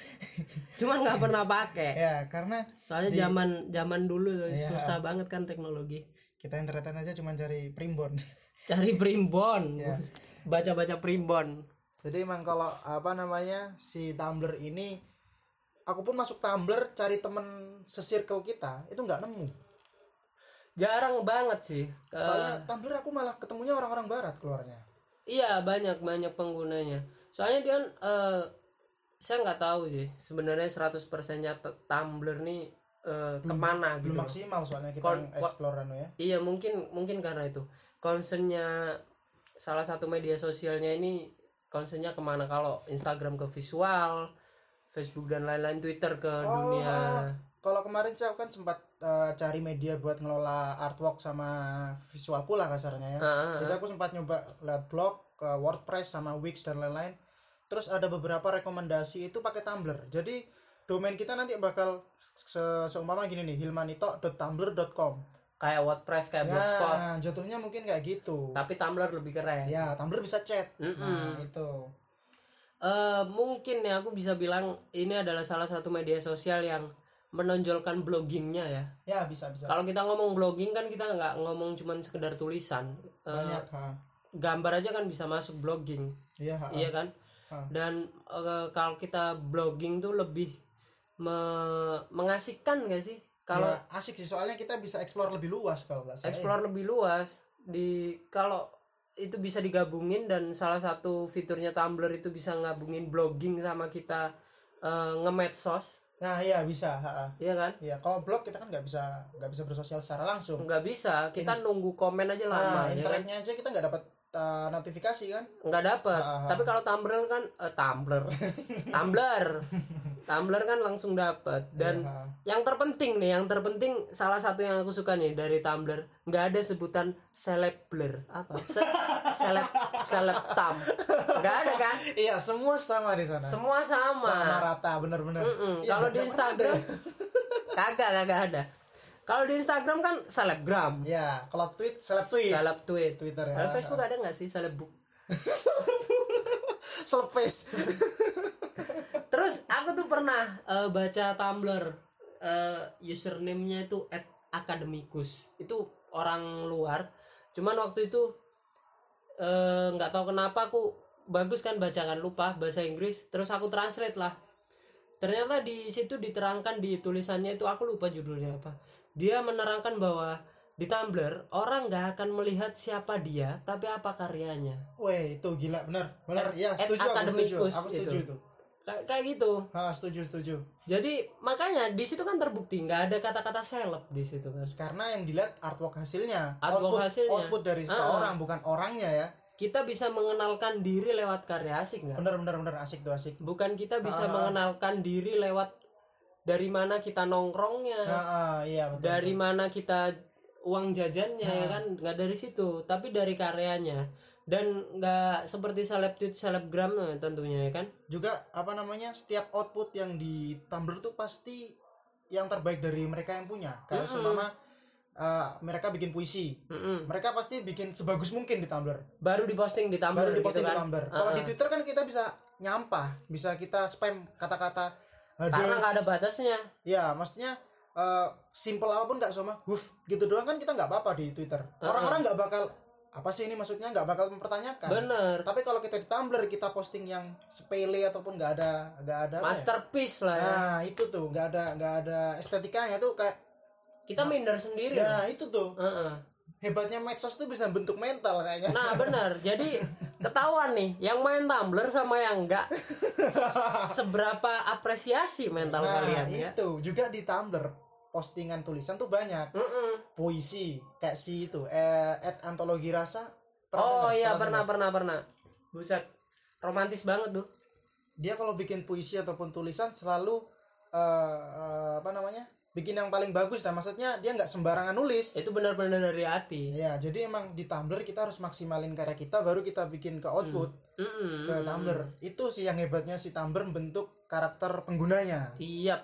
[SPEAKER 2] cuman nggak pernah pakai
[SPEAKER 1] ya, karena
[SPEAKER 2] soalnya zaman zaman dulu tuh
[SPEAKER 1] Iya.
[SPEAKER 2] susah banget kan teknologi
[SPEAKER 1] kita internetan aja cuma cari primbon.
[SPEAKER 2] cari primbon
[SPEAKER 1] Iya.
[SPEAKER 2] baca baca primbon
[SPEAKER 1] Jadi emang kalau apa namanya si Tumblr ini aku pun masuk Tumblr cari temen sesirkel kita itu nggak nemu.
[SPEAKER 2] jarang banget sih Eh, Ke-
[SPEAKER 1] Soalnya Tumblr aku malah ketemunya orang-orang barat keluarnya.
[SPEAKER 2] iya banyak banyak penggunanya soalnya dia eh, saya nggak tahu sih sebenarnya 100% nya t- Tumblr nih eh, kemana gitu
[SPEAKER 1] Hmm, Belum maksimal soalnya kita
[SPEAKER 2] Kon-
[SPEAKER 1] explore anu ya.
[SPEAKER 2] Iya mungkin mungkin karena itu concernnya salah satu media sosialnya ini concernnya kemana kalau Instagram ke visual, Facebook dan lain-lain Twitter ke
[SPEAKER 1] Oh.
[SPEAKER 2] dunia
[SPEAKER 1] Kalau kemarin sih aku kan sempat eh, cari media buat ngelola artwork sama visualku lah kasarnya ya. Jadi aku sempat nyoba lihat blog, ke WordPress sama Wix dan lain-lain. Terus ada beberapa rekomendasi itu pakai Tumblr. Jadi domain kita nanti bakal se- seumpama gini nih hilmanito.tumblr.com.
[SPEAKER 2] kayak WordPress kayak Blogspot
[SPEAKER 1] Nah, jatuhnya mungkin kayak gitu.
[SPEAKER 2] tapi Tumblr lebih keren.
[SPEAKER 1] Ya, Tumblr bisa chat. Nah, itu.
[SPEAKER 2] Eh, mungkin ya aku bisa bilang ini adalah salah satu media sosial yang menonjolkan bloggingnya ya.
[SPEAKER 1] Ya, bisa bisa.
[SPEAKER 2] Kalau kita ngomong blogging kan kita nggak ngomong cuman sekedar tulisan, Eh,
[SPEAKER 1] Banyak, ha.
[SPEAKER 2] gambar aja kan bisa masuk blogging.
[SPEAKER 1] Iya, ha.
[SPEAKER 2] iya kan
[SPEAKER 1] Ah.
[SPEAKER 2] dan eh, kalau kita blogging tuh lebih me- mengasihkan gak sih kalau
[SPEAKER 1] Ya, asik sih soalnya kita bisa explore lebih luas kalau nggak salah.
[SPEAKER 2] explore lebih luas di kalau itu bisa digabungin dan salah satu fiturnya Tumblr itu bisa ngabungin blogging sama kita eh, nge-medsos
[SPEAKER 1] Nah, iya bisa, ha. ha.
[SPEAKER 2] iya kan
[SPEAKER 1] Iya, kalau blog kita kan nggak bisa nggak bisa bersosial secara langsung.
[SPEAKER 2] nggak bisa kita nunggu komen aja lama
[SPEAKER 1] Nah,
[SPEAKER 2] ya kan?
[SPEAKER 1] internetnya aja kita nggak dapat eh, notifikasi kan?
[SPEAKER 2] nggak dapet
[SPEAKER 1] Ah.
[SPEAKER 2] tapi kalau Tumblr kan eh, Tumblr Tumblr Tumblr kan langsung dapet dan
[SPEAKER 1] Iya, ha.
[SPEAKER 2] Yang terpenting nih, yang terpenting salah satu yang aku suka nih dari Tumblr, nggak ada sebutan selebler apa? Se seleb seleb tam, nggak ada kan?
[SPEAKER 1] Iya, semua sama di sana.
[SPEAKER 2] Semua
[SPEAKER 1] Sama
[SPEAKER 2] sama.
[SPEAKER 1] rata, bener-bener.
[SPEAKER 2] Mm-mm.
[SPEAKER 1] Iya,
[SPEAKER 2] Kalau
[SPEAKER 1] nggak
[SPEAKER 2] di
[SPEAKER 1] ada-
[SPEAKER 2] Instagram kagak kagak ada. Kalau di Instagram kan selebgram,
[SPEAKER 1] Iya, kalau tweet, seleb tweet.
[SPEAKER 2] seleb tweet.
[SPEAKER 1] Twitter ya.
[SPEAKER 2] Kalau Facebook ada nggak sih selebbook?
[SPEAKER 1] Seleb face.
[SPEAKER 2] Terus aku tuh pernah eh, baca Tumblr eh username-nya itu at akademikus itu orang luar cuman waktu itu eh, nggak tahu kenapa aku bagus kan bacakan lupa bahasa Inggris terus aku translate lah ternyata di situ diterangkan di tulisannya itu aku lupa judulnya apa dia menerangkan bahwa di Tumblr orang nggak akan melihat siapa dia tapi apa karyanya
[SPEAKER 1] Weh, itu gila benar. Benar, ya,
[SPEAKER 2] At-
[SPEAKER 1] setuju aku setuju.
[SPEAKER 2] akademikus
[SPEAKER 1] Aku setuju
[SPEAKER 2] itu.
[SPEAKER 1] itu.
[SPEAKER 2] Kay- kayak gitu
[SPEAKER 1] Ah, setuju, setuju.
[SPEAKER 2] Jadi makanya di situ kan terbukti nggak ada kata-kata seleb di situ kan.
[SPEAKER 1] Karena yang dilihat artwork hasilnya,
[SPEAKER 2] Artwork
[SPEAKER 1] output,
[SPEAKER 2] hasilnya.
[SPEAKER 1] output dari
[SPEAKER 2] Ah,
[SPEAKER 1] seorang bukan orangnya ya.
[SPEAKER 2] Kita bisa mengenalkan diri lewat karya asik nggak?
[SPEAKER 1] Bener, bener, bener asik tuh asik.
[SPEAKER 2] Bukan kita
[SPEAKER 1] Ah.
[SPEAKER 2] bisa mengenalkan diri lewat dari mana kita nongkrongnya,
[SPEAKER 1] Ah, ah, iya betul.
[SPEAKER 2] dari mana kita uang jajannya ya
[SPEAKER 1] Ah.
[SPEAKER 2] kan nggak dari situ, tapi dari karyanya dan nggak seperti seleb tweet selebgram eh, tentunya ya kan.
[SPEAKER 1] juga apa namanya setiap output yang di Tumblr tuh pasti yang terbaik dari mereka yang punya kayak
[SPEAKER 2] Mm-mm.
[SPEAKER 1] seumpama uh, mereka bikin puisi
[SPEAKER 2] Mm-mm.
[SPEAKER 1] mereka pasti bikin sebagus mungkin di Tumblr
[SPEAKER 2] Baru diposting di Tumblr
[SPEAKER 1] baru
[SPEAKER 2] gitu
[SPEAKER 1] diposting
[SPEAKER 2] kan.
[SPEAKER 1] di Tumblr kalau
[SPEAKER 2] Ah.
[SPEAKER 1] di Twitter kan kita bisa nyampah bisa kita spam kata-kata ada
[SPEAKER 2] Karena nggak ada batasnya.
[SPEAKER 1] ya maksudnya uh, simple apapun nggak sama huf gitu doang kan kita nggak apa-apa di Twitter orang-orang nggak bakal apa sih ini maksudnya nggak bakal mempertanyakan
[SPEAKER 2] Bener.
[SPEAKER 1] tapi kalau kita di Tumblr kita posting yang sepele ataupun nggak ada nggak ada apa ya?
[SPEAKER 2] Masterpiece lah ya.
[SPEAKER 1] Nah itu tuh nggak ada nggak ada estetikanya tuh kayak
[SPEAKER 2] Kita minder sendiri. lah.
[SPEAKER 1] ya itu tuh
[SPEAKER 2] Heeh.
[SPEAKER 1] hebatnya medsos tuh bisa bentuk mental kayaknya.
[SPEAKER 2] Nah benar, jadi ketahuan nih yang main Tumblr sama yang enggak seberapa apresiasi mental
[SPEAKER 1] Nah,
[SPEAKER 2] kalian ya.
[SPEAKER 1] itu juga di Tumblr postingan tulisan tuh banyak
[SPEAKER 2] Mm-mm.
[SPEAKER 1] puisi kayak si itu eh, at antologi rasa. pernah
[SPEAKER 2] Oh
[SPEAKER 1] denger?
[SPEAKER 2] iya
[SPEAKER 1] Pernah
[SPEAKER 2] pernah
[SPEAKER 1] denger?
[SPEAKER 2] pernah pernah. Buset, romantis banget tuh.
[SPEAKER 1] Dia kalau bikin puisi ataupun tulisan selalu eh, eh, apa namanya bikin yang paling bagus. Nah maksudnya dia nggak sembarangan nulis.
[SPEAKER 2] Itu benar-benar dari hati.
[SPEAKER 1] Ya jadi emang di Tumblr kita harus maksimalin karya kita baru kita bikin ke output.
[SPEAKER 2] Mm-mm.
[SPEAKER 1] ke Tumblr. Itu sih yang hebatnya si Tumblr membentuk karakter penggunanya.
[SPEAKER 2] Iya.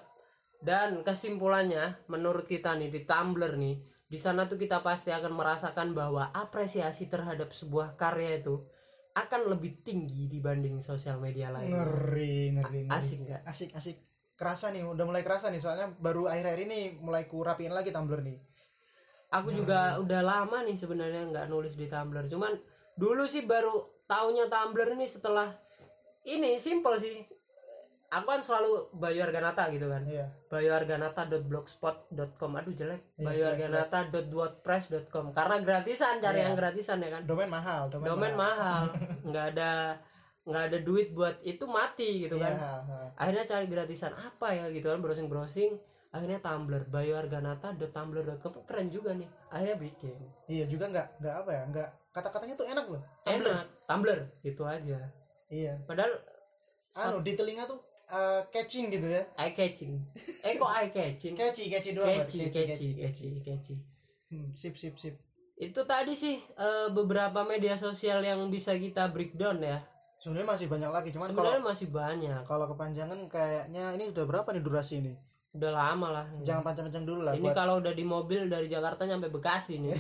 [SPEAKER 2] Dan kesimpulannya, menurut kita nih di Tumblr nih, di sana tuh kita pasti akan merasakan bahwa apresiasi terhadap sebuah karya itu akan lebih tinggi dibanding sosial media lain.
[SPEAKER 1] Ngeri, ngeri, ngeri.
[SPEAKER 2] Asik nggak?
[SPEAKER 1] Asik, asik. Kerasa nih, udah mulai kerasa nih soalnya baru akhir-akhir ini mulai kurapiin lagi Tumblr nih.
[SPEAKER 2] aku juga
[SPEAKER 1] Hmm.
[SPEAKER 2] udah lama nih sebenarnya nggak nulis di Tumblr cuman dulu sih baru taunya Tumblr ini setelah ini simple sih aku kan selalu Bayu Arganata gitu kan
[SPEAKER 1] Iya.
[SPEAKER 2] bayuarganata.blogspot.com aduh jelek
[SPEAKER 1] Iya,
[SPEAKER 2] bayuarganata.wordpress.com karena gratisan cari
[SPEAKER 1] Iya.
[SPEAKER 2] yang gratisan ya kan
[SPEAKER 1] Domain mahal, domain,
[SPEAKER 2] domain mahal nggak ada nggak ada duit buat itu mati gitu kan
[SPEAKER 1] Iya, ha.
[SPEAKER 2] akhirnya cari gratisan apa ya gitu kan browsing browsing akhirnya Tumblr bayuarganata.tumblr.com keren juga nih akhirnya bikin
[SPEAKER 1] Iya, juga nggak nggak apa ya, nggak kata-katanya tuh enak loh. Tumblr.
[SPEAKER 2] enak Tumblr gitu aja
[SPEAKER 1] Iya.
[SPEAKER 2] padahal
[SPEAKER 1] Anu di telinga tuh eh, catching gitu ya.
[SPEAKER 2] eye catching eh kok eye catching
[SPEAKER 1] Catchy, catchy doang. berarti.
[SPEAKER 2] catchy catchy catchy catchy
[SPEAKER 1] Hmm, sip, sip, sip.
[SPEAKER 2] itu tadi sih eh, beberapa media sosial yang bisa kita breakdown ya
[SPEAKER 1] Sebenarnya masih banyak lagi, cuman kalau
[SPEAKER 2] sebenarnya masih banyak
[SPEAKER 1] kalau kepanjangan kayaknya ini udah berapa nih durasi ini?
[SPEAKER 2] udah lama lah
[SPEAKER 1] Jangan panjang-panjang dulu lah.
[SPEAKER 2] ini
[SPEAKER 1] buat-
[SPEAKER 2] kalau udah di mobil dari Jakarta nyampe Bekasi nih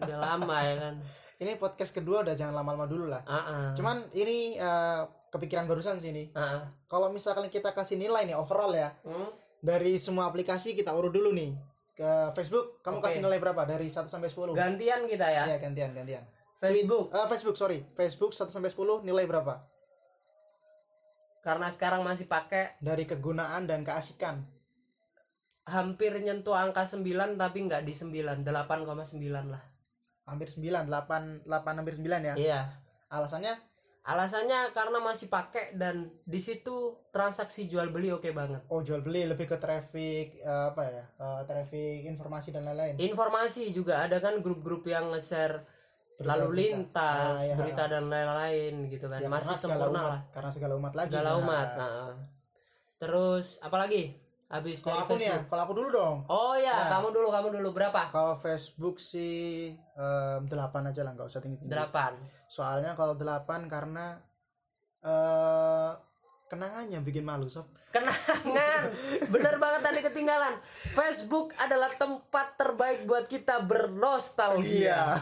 [SPEAKER 2] udah lama ya kan
[SPEAKER 1] ini podcast kedua udah jangan lama-lama dulu lah.
[SPEAKER 2] ah ah.
[SPEAKER 1] Cuman ini eh, kepikiran barusan sih ini.
[SPEAKER 2] Ah, ah.
[SPEAKER 1] Kalau misalkan kita kasih nilai nih overall ya
[SPEAKER 2] Hmm?
[SPEAKER 1] dari semua aplikasi kita urut dulu nih ke Facebook. Kamu
[SPEAKER 2] Oke.
[SPEAKER 1] kasih nilai berapa dari 1 sampai 10?
[SPEAKER 2] gantian kita ya
[SPEAKER 1] Iya, gantian, gantian.
[SPEAKER 2] Facebook
[SPEAKER 1] Eh, Facebook, sorry. Facebook 1 sampai 10 nilai berapa?
[SPEAKER 2] karena sekarang masih pakai
[SPEAKER 1] Dari kegunaan dan keasikan.
[SPEAKER 2] hampir nyentuh angka 9 tapi nggak di 9 8,9 lah
[SPEAKER 1] Hampir 9, 8 8 hampir 9 ya.
[SPEAKER 2] iya
[SPEAKER 1] Alasannya
[SPEAKER 2] alasannya karena masih pakai dan di situ transaksi jual beli oke banget
[SPEAKER 1] oh jual beli lebih ke traffic eh, apa ya? eh, traffic informasi dan
[SPEAKER 2] Iya,
[SPEAKER 1] lain-lain.
[SPEAKER 2] informasi juga ada kan grup-grup yang nge-share lalu
[SPEAKER 1] Berita-berita.
[SPEAKER 2] lintas
[SPEAKER 1] Ah, iya.
[SPEAKER 2] berita dan lain-lain gitu kan
[SPEAKER 1] Ya, karena
[SPEAKER 2] masih
[SPEAKER 1] segala
[SPEAKER 2] sempurna
[SPEAKER 1] umat-
[SPEAKER 2] lah
[SPEAKER 1] Karena segala umat lagi.
[SPEAKER 2] segala
[SPEAKER 1] Zah.
[SPEAKER 2] umat nah. terus apalagi habis
[SPEAKER 1] Kalau
[SPEAKER 2] dari
[SPEAKER 1] aku nih ya,
[SPEAKER 2] Facebook
[SPEAKER 1] kalau aku dulu dong.
[SPEAKER 2] oh ya
[SPEAKER 1] Nah.
[SPEAKER 2] kamu dulu kamu dulu berapa
[SPEAKER 1] Kalau Facebook sih em, delapan aja lah, nggak usah tinggi tinggi.
[SPEAKER 2] 8
[SPEAKER 1] Soalnya kalau delapan karena eh kenangannya bikin malu sob
[SPEAKER 2] kenangan bener banget tadi ketinggalan Facebook adalah tempat terbaik buat kita Iya. bernostalgia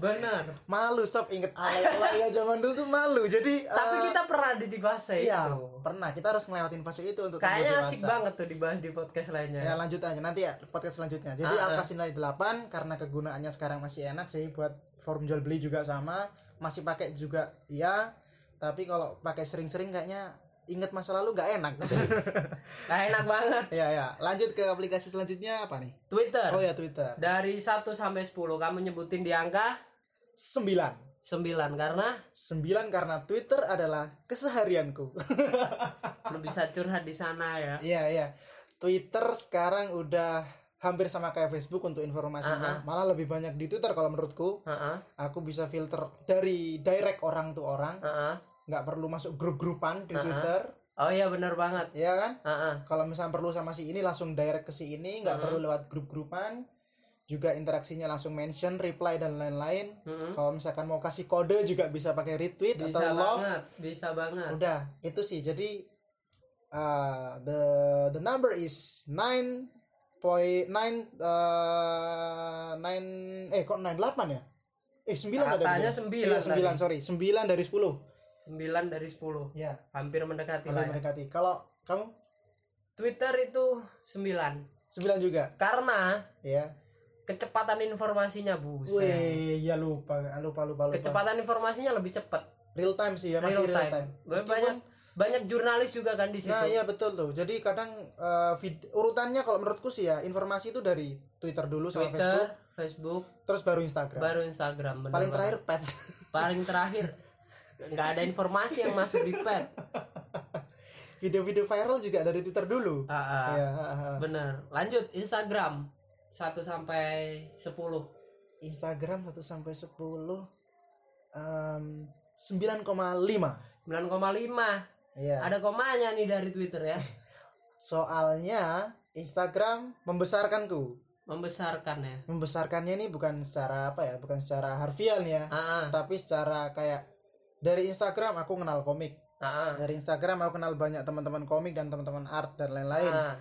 [SPEAKER 2] bener
[SPEAKER 1] Iya. malu sob inget alay-alay ya zaman dulu tuh malu jadi
[SPEAKER 2] tapi gitu.
[SPEAKER 1] eh,
[SPEAKER 2] kita pernah di fase
[SPEAKER 1] iya
[SPEAKER 2] itu
[SPEAKER 1] pernah kita harus ngelewatin fase itu untuk tumbuh
[SPEAKER 2] kayaknya
[SPEAKER 1] dewasa.
[SPEAKER 2] asik banget tuh dibahas di podcast lainnya
[SPEAKER 1] ya lanjut aja nanti ya podcast selanjutnya jadi
[SPEAKER 2] Ah, ah.
[SPEAKER 1] angka nilai 8 karena kegunaannya sekarang masih enak sih buat forum jual beli juga sama masih pakai juga iya tapi kalau pakai sering-sering kayaknya inget masa lalu gak enak
[SPEAKER 2] nah, enak banget
[SPEAKER 1] ya ya lanjut ke aplikasi selanjutnya apa nih
[SPEAKER 2] Twitter
[SPEAKER 1] oh ya Twitter
[SPEAKER 2] dari 1 sampai 10 kamu nyebutin di angka
[SPEAKER 1] 9
[SPEAKER 2] 9 karena
[SPEAKER 1] 9 karena Twitter adalah keseharianku
[SPEAKER 2] lu bisa curhat di sana ya
[SPEAKER 1] Iya iya. Twitter sekarang udah hampir sama kayak Facebook untuk
[SPEAKER 2] Ah,
[SPEAKER 1] informasinya. Malah lebih banyak di Twitter kalau menurutku.
[SPEAKER 2] Heeh,
[SPEAKER 1] Aku bisa filter dari direct orang to orang,
[SPEAKER 2] heeh.
[SPEAKER 1] nggak perlu masuk grup-grupan di Twitter,
[SPEAKER 2] oh iya bener banget
[SPEAKER 1] ya kan?
[SPEAKER 2] Heeh.
[SPEAKER 1] Kalau misalnya perlu sama si ini langsung direct ke si ini, nggak perlu lewat grup-grupan. Juga interaksinya langsung mention, reply dan lain-lain.
[SPEAKER 2] Mm-mm.
[SPEAKER 1] Kalau misalkan mau kasih kode juga bisa pakai retweet
[SPEAKER 2] bisa
[SPEAKER 1] atau love.
[SPEAKER 2] banget bisa banget
[SPEAKER 1] udah itu sih jadi uh, the the number is 9 point nine uh, nine eh kok 98 ya eh 9
[SPEAKER 2] Katanya Iya, sembilan
[SPEAKER 1] sembilan Iya, sembilan
[SPEAKER 2] tadi.
[SPEAKER 1] sorry 9 dari 10
[SPEAKER 2] 9 dari 10
[SPEAKER 1] ya
[SPEAKER 2] hampir mendekati
[SPEAKER 1] kalau
[SPEAKER 2] lah ya.
[SPEAKER 1] mendekati kalau kamu
[SPEAKER 2] Twitter itu 9
[SPEAKER 1] 9 juga
[SPEAKER 2] karena
[SPEAKER 1] ya
[SPEAKER 2] kecepatan informasinya buset
[SPEAKER 1] Weh, ya lupa lupa lupa lupa
[SPEAKER 2] kecepatan informasinya lebih cepat
[SPEAKER 1] real time sih ya
[SPEAKER 2] real
[SPEAKER 1] masih
[SPEAKER 2] time,
[SPEAKER 1] real time,
[SPEAKER 2] Ba-
[SPEAKER 1] Meskipun-
[SPEAKER 2] banyak banyak jurnalis juga kan di situ
[SPEAKER 1] Nah iya betul tuh. Jadi kadang uh, vid- urutannya kalau menurutku sih ya informasi itu dari Twitter dulu sama Facebook,
[SPEAKER 2] Twitter Facebook
[SPEAKER 1] terus baru Instagram.
[SPEAKER 2] baru Instagram bener
[SPEAKER 1] paling
[SPEAKER 2] banget.
[SPEAKER 1] terakhir pet
[SPEAKER 2] paling terakhir nggak ada informasi yang masuk di pet
[SPEAKER 1] video-video viral juga dari twitter dulu
[SPEAKER 2] Ah, ah.
[SPEAKER 1] ya ah, ah.
[SPEAKER 2] bener lanjut Instagram 1 sampai 10
[SPEAKER 1] Instagram 1 sampai 10 um, 9,5
[SPEAKER 2] 9,5
[SPEAKER 1] ya
[SPEAKER 2] ada komanya nih dari Twitter ya
[SPEAKER 1] soalnya Instagram membesarkanku
[SPEAKER 2] membesarkan ya
[SPEAKER 1] membesarkannya ini bukan secara apa ya bukan secara harfiah nih ya
[SPEAKER 2] ah
[SPEAKER 1] tapi secara kayak dari Instagram aku kenal komik
[SPEAKER 2] ah, ah,
[SPEAKER 1] dari Instagram aku kenal banyak teman-teman komik dan teman-teman art dan lain-lain
[SPEAKER 2] ah,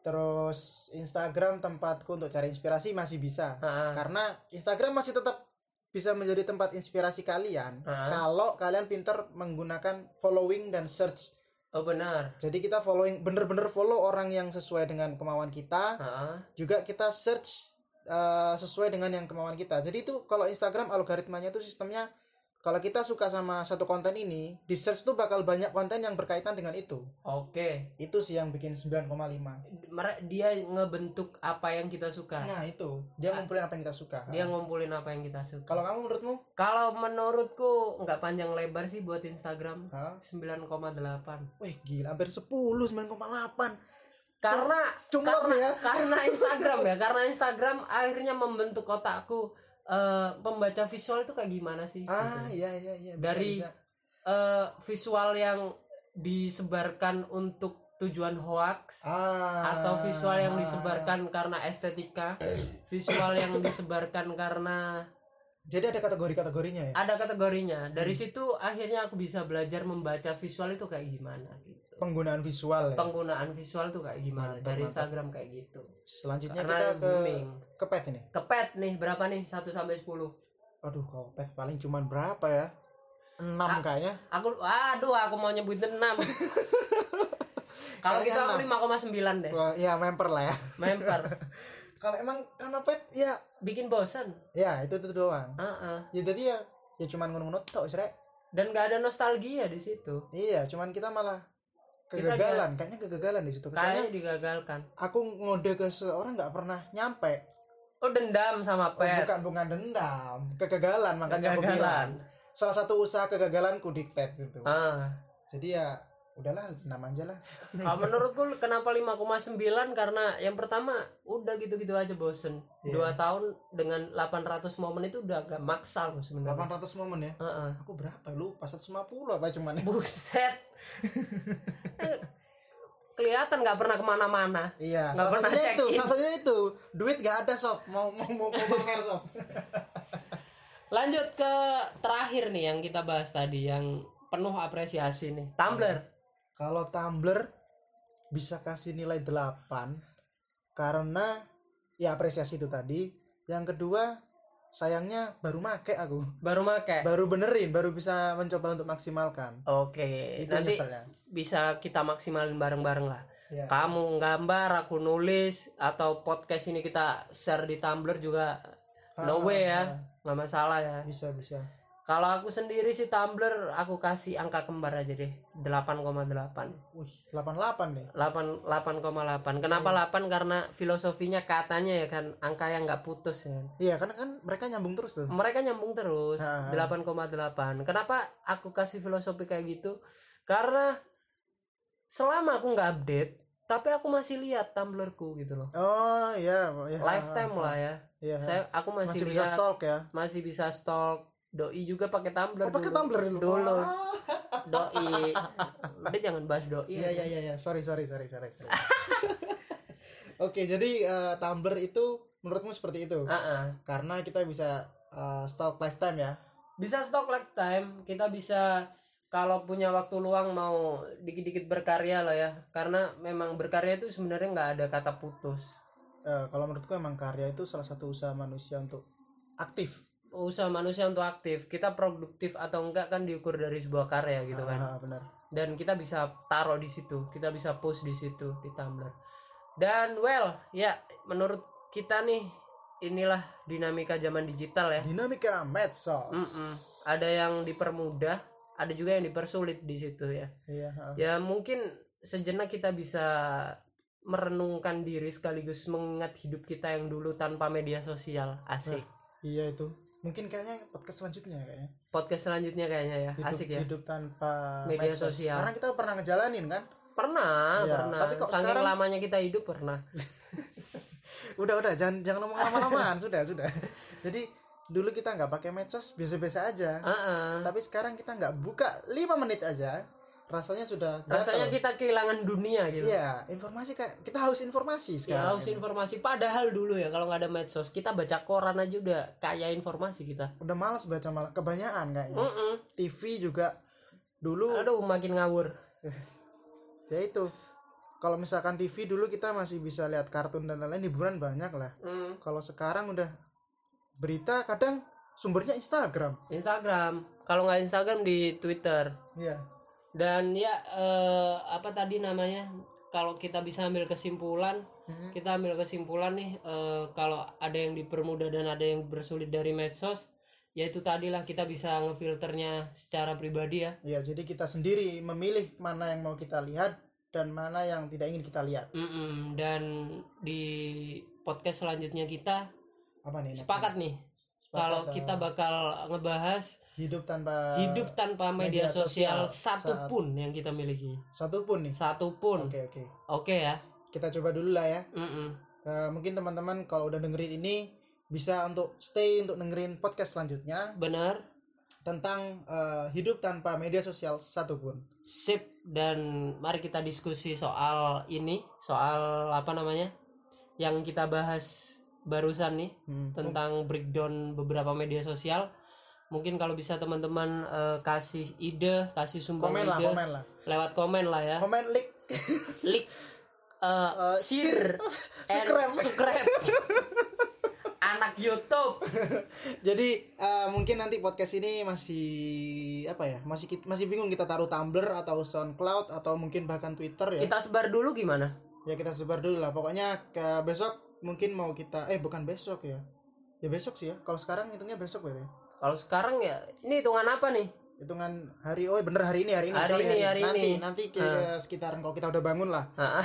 [SPEAKER 1] terus Instagram tempatku untuk cari inspirasi masih bisa
[SPEAKER 2] ah, ah.
[SPEAKER 1] karena Instagram masih tetap bisa menjadi tempat inspirasi kalian
[SPEAKER 2] Heeh.
[SPEAKER 1] kalau kalian pinter menggunakan following dan search
[SPEAKER 2] oh benar
[SPEAKER 1] jadi kita following bener-bener follow orang yang sesuai dengan kemauan kita
[SPEAKER 2] ah, ah.
[SPEAKER 1] juga kita search eh, sesuai dengan yang kemauan kita jadi itu kalau Instagram algoritmanya itu sistemnya kalau kita suka sama satu konten ini di search tuh bakal banyak konten yang berkaitan dengan itu
[SPEAKER 2] oke
[SPEAKER 1] itu sih yang bikin 9,5
[SPEAKER 2] Mere- dia ngebentuk apa yang kita suka
[SPEAKER 1] nah itu dia ngumpulin apa yang kita suka Ah.
[SPEAKER 2] dia ngumpulin apa yang kita suka
[SPEAKER 1] kalau kamu menurutmu
[SPEAKER 2] kalau menurutku nggak panjang lebar sih buat Instagram
[SPEAKER 1] Hah?
[SPEAKER 2] 9,8
[SPEAKER 1] Wih gila hampir 10 9,8
[SPEAKER 2] karena
[SPEAKER 1] Cumlok
[SPEAKER 2] karena,
[SPEAKER 1] nih ya.
[SPEAKER 2] karena Instagram ya karena Instagram akhirnya membentuk otakku eh, pembaca visual itu kayak gimana sih gitu.
[SPEAKER 1] Ah iya iya iya bisa,
[SPEAKER 2] Dari-
[SPEAKER 1] bisa.
[SPEAKER 2] Eh, visual yang disebarkan untuk tujuan hoax
[SPEAKER 1] Ah,
[SPEAKER 2] atau visual yang disebarkan karena estetika visual yang disebarkan karena
[SPEAKER 1] Jadi ada kategori-kategorinya ya.
[SPEAKER 2] ada kategorinya dari situ akhirnya aku bisa belajar membaca visual itu kayak gimana gitu
[SPEAKER 1] Penggunaan visual ya.
[SPEAKER 2] penggunaan visual tuh kayak gimana
[SPEAKER 1] Mantap,
[SPEAKER 2] dari
[SPEAKER 1] mantap.
[SPEAKER 2] Instagram kayak gitu
[SPEAKER 1] Selanjutnya
[SPEAKER 2] karena
[SPEAKER 1] kita ke
[SPEAKER 2] booming
[SPEAKER 1] ke pet ini.
[SPEAKER 2] ke pet nih berapa nih 1 sampai 10
[SPEAKER 1] Aduh kalau pet paling cuman berapa ya? 6
[SPEAKER 2] Ah.
[SPEAKER 1] kayaknya.
[SPEAKER 2] aku aduh aku mau nyebutin 6 kalau gitu aku 5,9 deh
[SPEAKER 1] Wah, ya memper lah ya.
[SPEAKER 2] member
[SPEAKER 1] kalau emang karena pet ya
[SPEAKER 2] bikin bosan
[SPEAKER 1] ya itu itu doang.
[SPEAKER 2] Heeh.
[SPEAKER 1] Ya jadi ya ya cuman ngunut-ngunut tok srek.
[SPEAKER 2] dan gak ada nostalgia di situ
[SPEAKER 1] Iya, cuman kita malah
[SPEAKER 2] Kita
[SPEAKER 1] kegagalan, kayaknya kegagalan di situ. Kesannya
[SPEAKER 2] kayaknya digagalkan
[SPEAKER 1] aku ngode ke seorang nggak pernah nyampe.
[SPEAKER 2] oh dendam
[SPEAKER 1] Oh,
[SPEAKER 2] sama pet
[SPEAKER 1] bukan bukan dendam, kegagalan makanya aku bilang.
[SPEAKER 2] Kegagalan.
[SPEAKER 1] Salah satu usaha kegagalanku di pet gitu.
[SPEAKER 2] Ah.
[SPEAKER 1] Jadi ya udahlah nama aja lah.
[SPEAKER 2] Ah, menurutku kenapa 5,9 karena yang pertama udah gitu-gitu aja bosen.
[SPEAKER 1] Iya.
[SPEAKER 2] Dua tahun dengan 800 momen itu udah agak maksa loh sebenarnya.
[SPEAKER 1] 800 momen ya.
[SPEAKER 2] Heeh.
[SPEAKER 1] Aku berapa lupa 150 apa cuman.
[SPEAKER 2] Buset. Eh, Kelihatan nggak pernah kemana-mana.
[SPEAKER 1] Iya,
[SPEAKER 2] Nggak
[SPEAKER 1] salah
[SPEAKER 2] pernah
[SPEAKER 1] satunya
[SPEAKER 2] check
[SPEAKER 1] itu,
[SPEAKER 2] in.
[SPEAKER 1] salah satunya itu. Duit gak ada sob, mau mau mau, mau pamer sob.
[SPEAKER 2] Lanjut ke terakhir nih yang kita bahas tadi yang penuh apresiasi nih. Tumblr.
[SPEAKER 1] Kalau Tumblr bisa kasih nilai 8 karena ya apresiasi itu tadi. Yang kedua, sayangnya baru make aku.
[SPEAKER 2] baru make
[SPEAKER 1] Baru benerin, baru bisa mencoba untuk maksimalkan.
[SPEAKER 2] oke
[SPEAKER 1] Itu
[SPEAKER 2] nanti
[SPEAKER 1] nyeselnya.
[SPEAKER 2] bisa kita maksimalin bareng-bareng lah
[SPEAKER 1] Ya.
[SPEAKER 2] kamu gambar aku nulis atau podcast ini kita share di Tumblr juga no way ya nggak masalah ya
[SPEAKER 1] Bisa bisa.
[SPEAKER 2] kalau aku sendiri sih Tumblr aku kasih angka kembar aja deh 8,8
[SPEAKER 1] Wih, 88 nih.
[SPEAKER 2] 8 8,8. Kenapa
[SPEAKER 1] Hmm.
[SPEAKER 2] 8? Karena filosofinya katanya ya kan angka yang nggak putus ya.
[SPEAKER 1] Iya, karena kan mereka nyambung terus tuh.
[SPEAKER 2] Mereka nyambung terus
[SPEAKER 1] Hmm. Ha, ha.
[SPEAKER 2] 8,8. Kenapa aku kasih filosofi kayak gitu? Karena selama aku nggak update, tapi aku masih lihat Tumblrku gitu loh.
[SPEAKER 1] Oh, iya, iya.
[SPEAKER 2] Lifetime
[SPEAKER 1] Ah,
[SPEAKER 2] lah ya.
[SPEAKER 1] Iya.
[SPEAKER 2] Saya aku masih,
[SPEAKER 1] masih, bisa
[SPEAKER 2] lihat,
[SPEAKER 1] stalk ya.
[SPEAKER 2] masih bisa stalk. Doi juga pakai
[SPEAKER 1] Oh,
[SPEAKER 2] Tumblr.
[SPEAKER 1] pakai
[SPEAKER 2] dulu.
[SPEAKER 1] Tumblr dulu.
[SPEAKER 2] Dulu.
[SPEAKER 1] Ah.
[SPEAKER 2] Doi. Udah jangan bahas doi.
[SPEAKER 1] Iya iya iya iya. sorry sorry sorry sorry. sorry. Oke jadi eh, Tumblr itu menurutmu seperti itu
[SPEAKER 2] Ah, ah.
[SPEAKER 1] karena kita bisa eh, stalk lifetime ya.
[SPEAKER 2] bisa stok lifetime kita bisa kalau punya waktu luang mau dikit-dikit berkarya lah ya karena memang berkarya itu sebenarnya nggak ada kata putus
[SPEAKER 1] Eh, kalau menurutku emang karya itu salah satu usaha manusia untuk aktif.
[SPEAKER 2] usaha manusia untuk aktif kita produktif atau enggak kan diukur dari sebuah karya gitu kan
[SPEAKER 1] Ah, benar.
[SPEAKER 2] dan kita bisa taruh di situ kita bisa post di situ di Tumblr dan well ya menurut kita nih inilah dinamika zaman digital
[SPEAKER 1] Eh.
[SPEAKER 2] ya
[SPEAKER 1] Dinamika medsos.
[SPEAKER 2] Mm-mm. ada yang dipermudah ada juga yang dipersulit di situ ya
[SPEAKER 1] Iya. ah.
[SPEAKER 2] ya mungkin sejenak kita bisa merenungkan diri sekaligus mengingat hidup kita yang dulu tanpa media sosial asik
[SPEAKER 1] Iya itu. Mungkin kayaknya podcast selanjutnya ya, kayaknya.
[SPEAKER 2] podcast selanjutnya kayaknya ya
[SPEAKER 1] Hidup,
[SPEAKER 2] asik ya
[SPEAKER 1] Hidup tanpa
[SPEAKER 2] Media
[SPEAKER 1] medsos.
[SPEAKER 2] sosial.
[SPEAKER 1] Karena kita pernah ngejalanin kan.
[SPEAKER 2] pernah
[SPEAKER 1] Ya,
[SPEAKER 2] pernah
[SPEAKER 1] tapi kok
[SPEAKER 2] saking
[SPEAKER 1] sekarang-
[SPEAKER 2] lamanya kita hidup pernah
[SPEAKER 1] udah udah jangan jangan ngomong lama-lamaan sudah sudah jadi dulu kita nggak pakai medsos biasa-biasa aja
[SPEAKER 2] Heeh.
[SPEAKER 1] tapi sekarang kita nggak buka 5 menit aja rasanya sudah gatel.
[SPEAKER 2] rasanya kita kehilangan dunia gitu
[SPEAKER 1] iya informasi kayak kita haus informasi
[SPEAKER 2] ya
[SPEAKER 1] sekarang
[SPEAKER 2] haus informasi padahal dulu ya kalau nggak ada medsos kita baca koran aja udah kaya informasi kita
[SPEAKER 1] udah malas baca malah kebanyakan kayaknya
[SPEAKER 2] Mm-mm.
[SPEAKER 1] TV juga dulu
[SPEAKER 2] aduh makin ngawur
[SPEAKER 1] ya itu kalau misalkan TV dulu kita masih bisa lihat kartun dan lain-lain hiburan banyak lah
[SPEAKER 2] Mm.
[SPEAKER 1] kalau sekarang udah berita kadang sumbernya Instagram
[SPEAKER 2] Instagram kalau nggak Instagram di Twitter
[SPEAKER 1] iya
[SPEAKER 2] dan ya eh, apa tadi namanya kalau kita bisa ambil kesimpulan kita ambil kesimpulan nih eh, kalau ada yang dipermudah dan ada yang bersulit dari medsos yaitu tadilah kita bisa ngefilternya secara pribadi ya
[SPEAKER 1] Ya, jadi kita sendiri memilih mana yang mau kita lihat dan mana yang tidak ingin kita lihat.
[SPEAKER 2] Mm-mm. dan di podcast selanjutnya kita
[SPEAKER 1] Apa nih? Nat?
[SPEAKER 2] sepakat nih
[SPEAKER 1] Sepakat,
[SPEAKER 2] kalau
[SPEAKER 1] eh,
[SPEAKER 2] kita bakal ngebahas
[SPEAKER 1] hidup tanpa
[SPEAKER 2] hidup tanpa media,
[SPEAKER 1] media sosial
[SPEAKER 2] sosial, satupun yang kita miliki
[SPEAKER 1] satu pun nih.
[SPEAKER 2] satupun
[SPEAKER 1] Oke, oke.
[SPEAKER 2] oke ya
[SPEAKER 1] Kita coba dulu lah ya.
[SPEAKER 2] Mm-mm.
[SPEAKER 1] Eh, mungkin teman-teman kalau udah dengerin ini bisa untuk stay untuk dengerin podcast selanjutnya
[SPEAKER 2] benar
[SPEAKER 1] tentang eh, hidup tanpa media sosial satupun.
[SPEAKER 2] Sip dan mari kita diskusi soal ini, soal apa namanya? Yang kita bahas barusan nih
[SPEAKER 1] Hmm.
[SPEAKER 2] tentang breakdown beberapa media sosial. Mungkin kalau bisa teman-teman eh, kasih ide, kasih sumbang
[SPEAKER 1] Komen lah,
[SPEAKER 2] ide
[SPEAKER 1] komen lah.
[SPEAKER 2] lewat komen lah ya.
[SPEAKER 1] Komen link.
[SPEAKER 2] Like eh share
[SPEAKER 1] subscribe.
[SPEAKER 2] and subscribe. Anak YouTube.
[SPEAKER 1] Jadi eh, mungkin nanti podcast ini masih apa ya? Masih kit- masih bingung kita taruh Tumblr atau SoundCloud atau mungkin bahkan Twitter ya.
[SPEAKER 2] Kita sebar dulu gimana?
[SPEAKER 1] ya kita sebar dulu lah pokoknya ke besok mungkin mau kita eh bukan besok ya ya besok sih ya kalau sekarang hitungnya besok berarti ya.
[SPEAKER 2] Kalau sekarang ya ini hitungan apa nih?
[SPEAKER 1] hitungan hari oh bener hari ini hari ini
[SPEAKER 2] Hari
[SPEAKER 1] sorry,
[SPEAKER 2] ini, hari
[SPEAKER 1] nanti
[SPEAKER 2] ini.
[SPEAKER 1] nanti ke sekitaran kalau kita udah bangun lah
[SPEAKER 2] Ah, ah.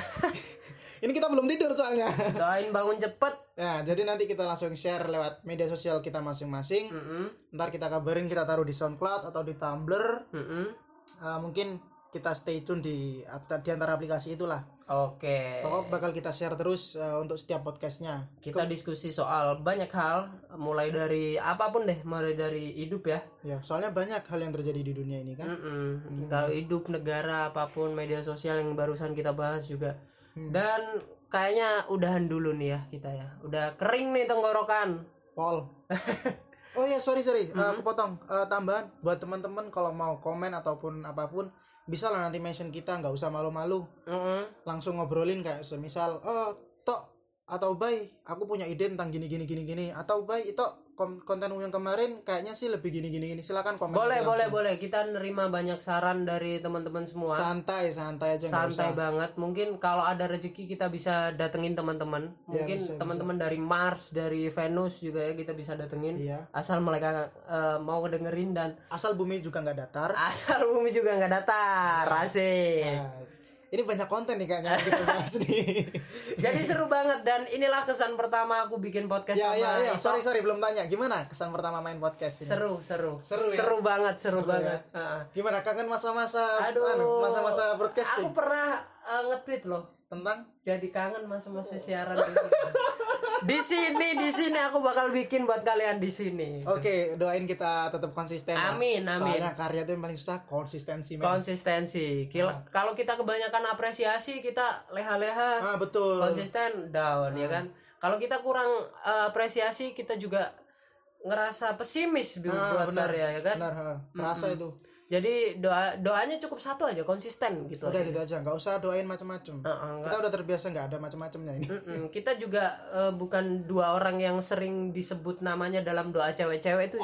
[SPEAKER 1] ini kita belum tidur soalnya
[SPEAKER 2] Doain bangun cepet.
[SPEAKER 1] nah jadi nanti kita langsung share lewat media sosial kita masing-masing
[SPEAKER 2] Mm-mm.
[SPEAKER 1] ntar kita kabarin kita taruh di SoundCloud atau di Tumblr
[SPEAKER 2] Mm-mm.
[SPEAKER 1] Eh, mungkin kita stay tune di di antara aplikasi itulah
[SPEAKER 2] Oke.
[SPEAKER 1] pokok bakal kita share terus eh, untuk setiap podcastnya
[SPEAKER 2] Kita diskusi soal banyak hal, mulai dari apapun deh, mulai dari hidup ya.
[SPEAKER 1] ya soalnya banyak hal yang terjadi di dunia ini kan
[SPEAKER 2] Mm-mm. Kalau hidup negara apapun media sosial yang barusan kita bahas juga.
[SPEAKER 1] Hmm.
[SPEAKER 2] Dan kayaknya udahan dulu nih ya kita ya. Udah kering nih tenggorokan.
[SPEAKER 1] Pol. iya,
[SPEAKER 2] Mm-hmm.
[SPEAKER 1] oh ya sorry sorry, Eh, aku potong. Eh, tambahan buat teman-teman kalau mau komen ataupun apapun bisa lah nanti mention kita nggak usah malu-malu
[SPEAKER 2] Heeh.
[SPEAKER 1] langsung ngobrolin kayak semisal oh tok atau bay aku punya ide tentang gini gini gini gini atau bay itu konten yang kemarin kayaknya sih lebih gini gini gini silakan komen
[SPEAKER 2] boleh
[SPEAKER 1] aja
[SPEAKER 2] boleh
[SPEAKER 1] langsung.
[SPEAKER 2] boleh kita nerima banyak saran dari teman-teman semua
[SPEAKER 1] santai santai aja nggak usah
[SPEAKER 2] santai banget mungkin kalau ada rezeki kita bisa datengin teman-teman mungkin
[SPEAKER 1] Ya, bisa,
[SPEAKER 2] teman-teman dari Mars dari Venus juga ya kita bisa datengin
[SPEAKER 1] iya
[SPEAKER 2] asal mereka eh, mau dengerin dan
[SPEAKER 1] asal bumi juga nggak datar
[SPEAKER 2] asal Bumi juga nggak datar
[SPEAKER 1] Iya.
[SPEAKER 2] asik
[SPEAKER 1] Nah, ini banyak konten nih kayaknya yang kita bahas nih
[SPEAKER 2] jadi seru banget dan inilah kesan pertama aku bikin podcast
[SPEAKER 1] ya
[SPEAKER 2] sama
[SPEAKER 1] ya ya
[SPEAKER 2] Ito.
[SPEAKER 1] sorry sorry belum tanya gimana kesan pertama main podcast ini
[SPEAKER 2] seru seru
[SPEAKER 1] Seru ya?
[SPEAKER 2] banget seru,
[SPEAKER 1] Seru
[SPEAKER 2] banget
[SPEAKER 1] ya?
[SPEAKER 2] Heeh.
[SPEAKER 1] gimana kangen masa-masa
[SPEAKER 2] aduh
[SPEAKER 1] anu, masa-masa broadcasting
[SPEAKER 2] aku pernah eh, nge-tweet loh
[SPEAKER 1] tentang
[SPEAKER 2] jadi kangen masa-masa siaran di sini di sini aku bakal bikin buat kalian di sini
[SPEAKER 1] Oke, doain kita tetap konsisten. lah.
[SPEAKER 2] Amin, amin.
[SPEAKER 1] Soalnya karya tuh yang paling susah konsistensi, men.
[SPEAKER 2] konsistensi Kil- kalau kita kebanyakan apresiasi kita leha-leha
[SPEAKER 1] ah, betul.
[SPEAKER 2] konsisten down ya kan kalau kita kurang eh, apresiasi kita juga ngerasa pesimis bu-
[SPEAKER 1] Ah,
[SPEAKER 2] buat karya ya kan
[SPEAKER 1] Benar, ha. Terasa itu.
[SPEAKER 2] jadi doa doanya cukup satu aja konsisten gitu
[SPEAKER 1] Udah
[SPEAKER 2] aja.
[SPEAKER 1] gitu aja, nggak usah doain macam-macam.
[SPEAKER 2] Heeh,
[SPEAKER 1] kita udah terbiasa nggak ada macam-macamnya ini.
[SPEAKER 2] Mm-mm, kita juga eh, bukan dua orang yang sering disebut namanya dalam doa cewek-cewek itu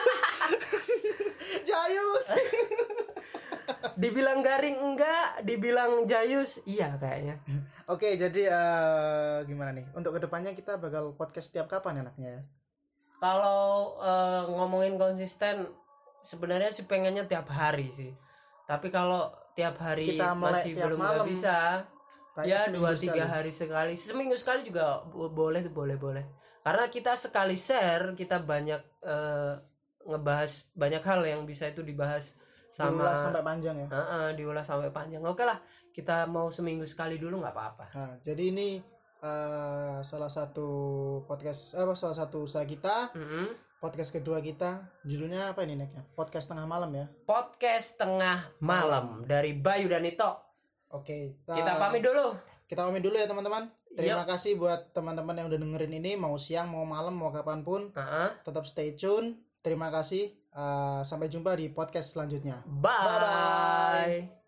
[SPEAKER 1] Jayus.
[SPEAKER 2] dibilang garing enggak dibilang jayus iya kayaknya
[SPEAKER 1] Oke, jadi eh, gimana nih? Untuk kedepannya kita bakal podcast setiap kapan enaknya ya?
[SPEAKER 2] kalau eh, ngomongin konsisten sebenarnya sih pengennya tiap hari sih tapi kalau tiap hari
[SPEAKER 1] Kita melek
[SPEAKER 2] masih
[SPEAKER 1] tiap
[SPEAKER 2] belum nggak
[SPEAKER 1] malam.
[SPEAKER 2] bisa
[SPEAKER 1] Kayaknya
[SPEAKER 2] ya
[SPEAKER 1] seminggu
[SPEAKER 2] dua tiga
[SPEAKER 1] sekali.
[SPEAKER 2] hari sekali seminggu sekali juga bo- boleh tuh boleh boleh karena kita sekali share kita banyak eh, ngebahas banyak hal yang bisa itu dibahas sama
[SPEAKER 1] Diulas sampai panjang ya.
[SPEAKER 2] Heeh, diulas sampai panjang oke lah kita mau seminggu sekali dulu nggak apa-apa
[SPEAKER 1] Nah, jadi ini eh, salah satu podcast apa salah satu usaha kita,
[SPEAKER 2] Mm-mm.
[SPEAKER 1] podcast kedua kita. Judulnya apa ini, Nek? ya? Podcast tengah malam ya.
[SPEAKER 2] podcast tengah malam dari Bayu dan Ito
[SPEAKER 1] Oke,
[SPEAKER 2] kita pamit dulu
[SPEAKER 1] Kita pamit dulu ya teman-teman. Nah. Terima
[SPEAKER 2] Yap.
[SPEAKER 1] kasih buat teman-teman yang udah dengerin ini mau siang, mau malam, mau kapanpun,
[SPEAKER 2] Heeh.
[SPEAKER 1] tetap stay tune. Terima kasih. Eh, sampai jumpa di podcast selanjutnya.
[SPEAKER 2] Bye.
[SPEAKER 1] Bye-bye.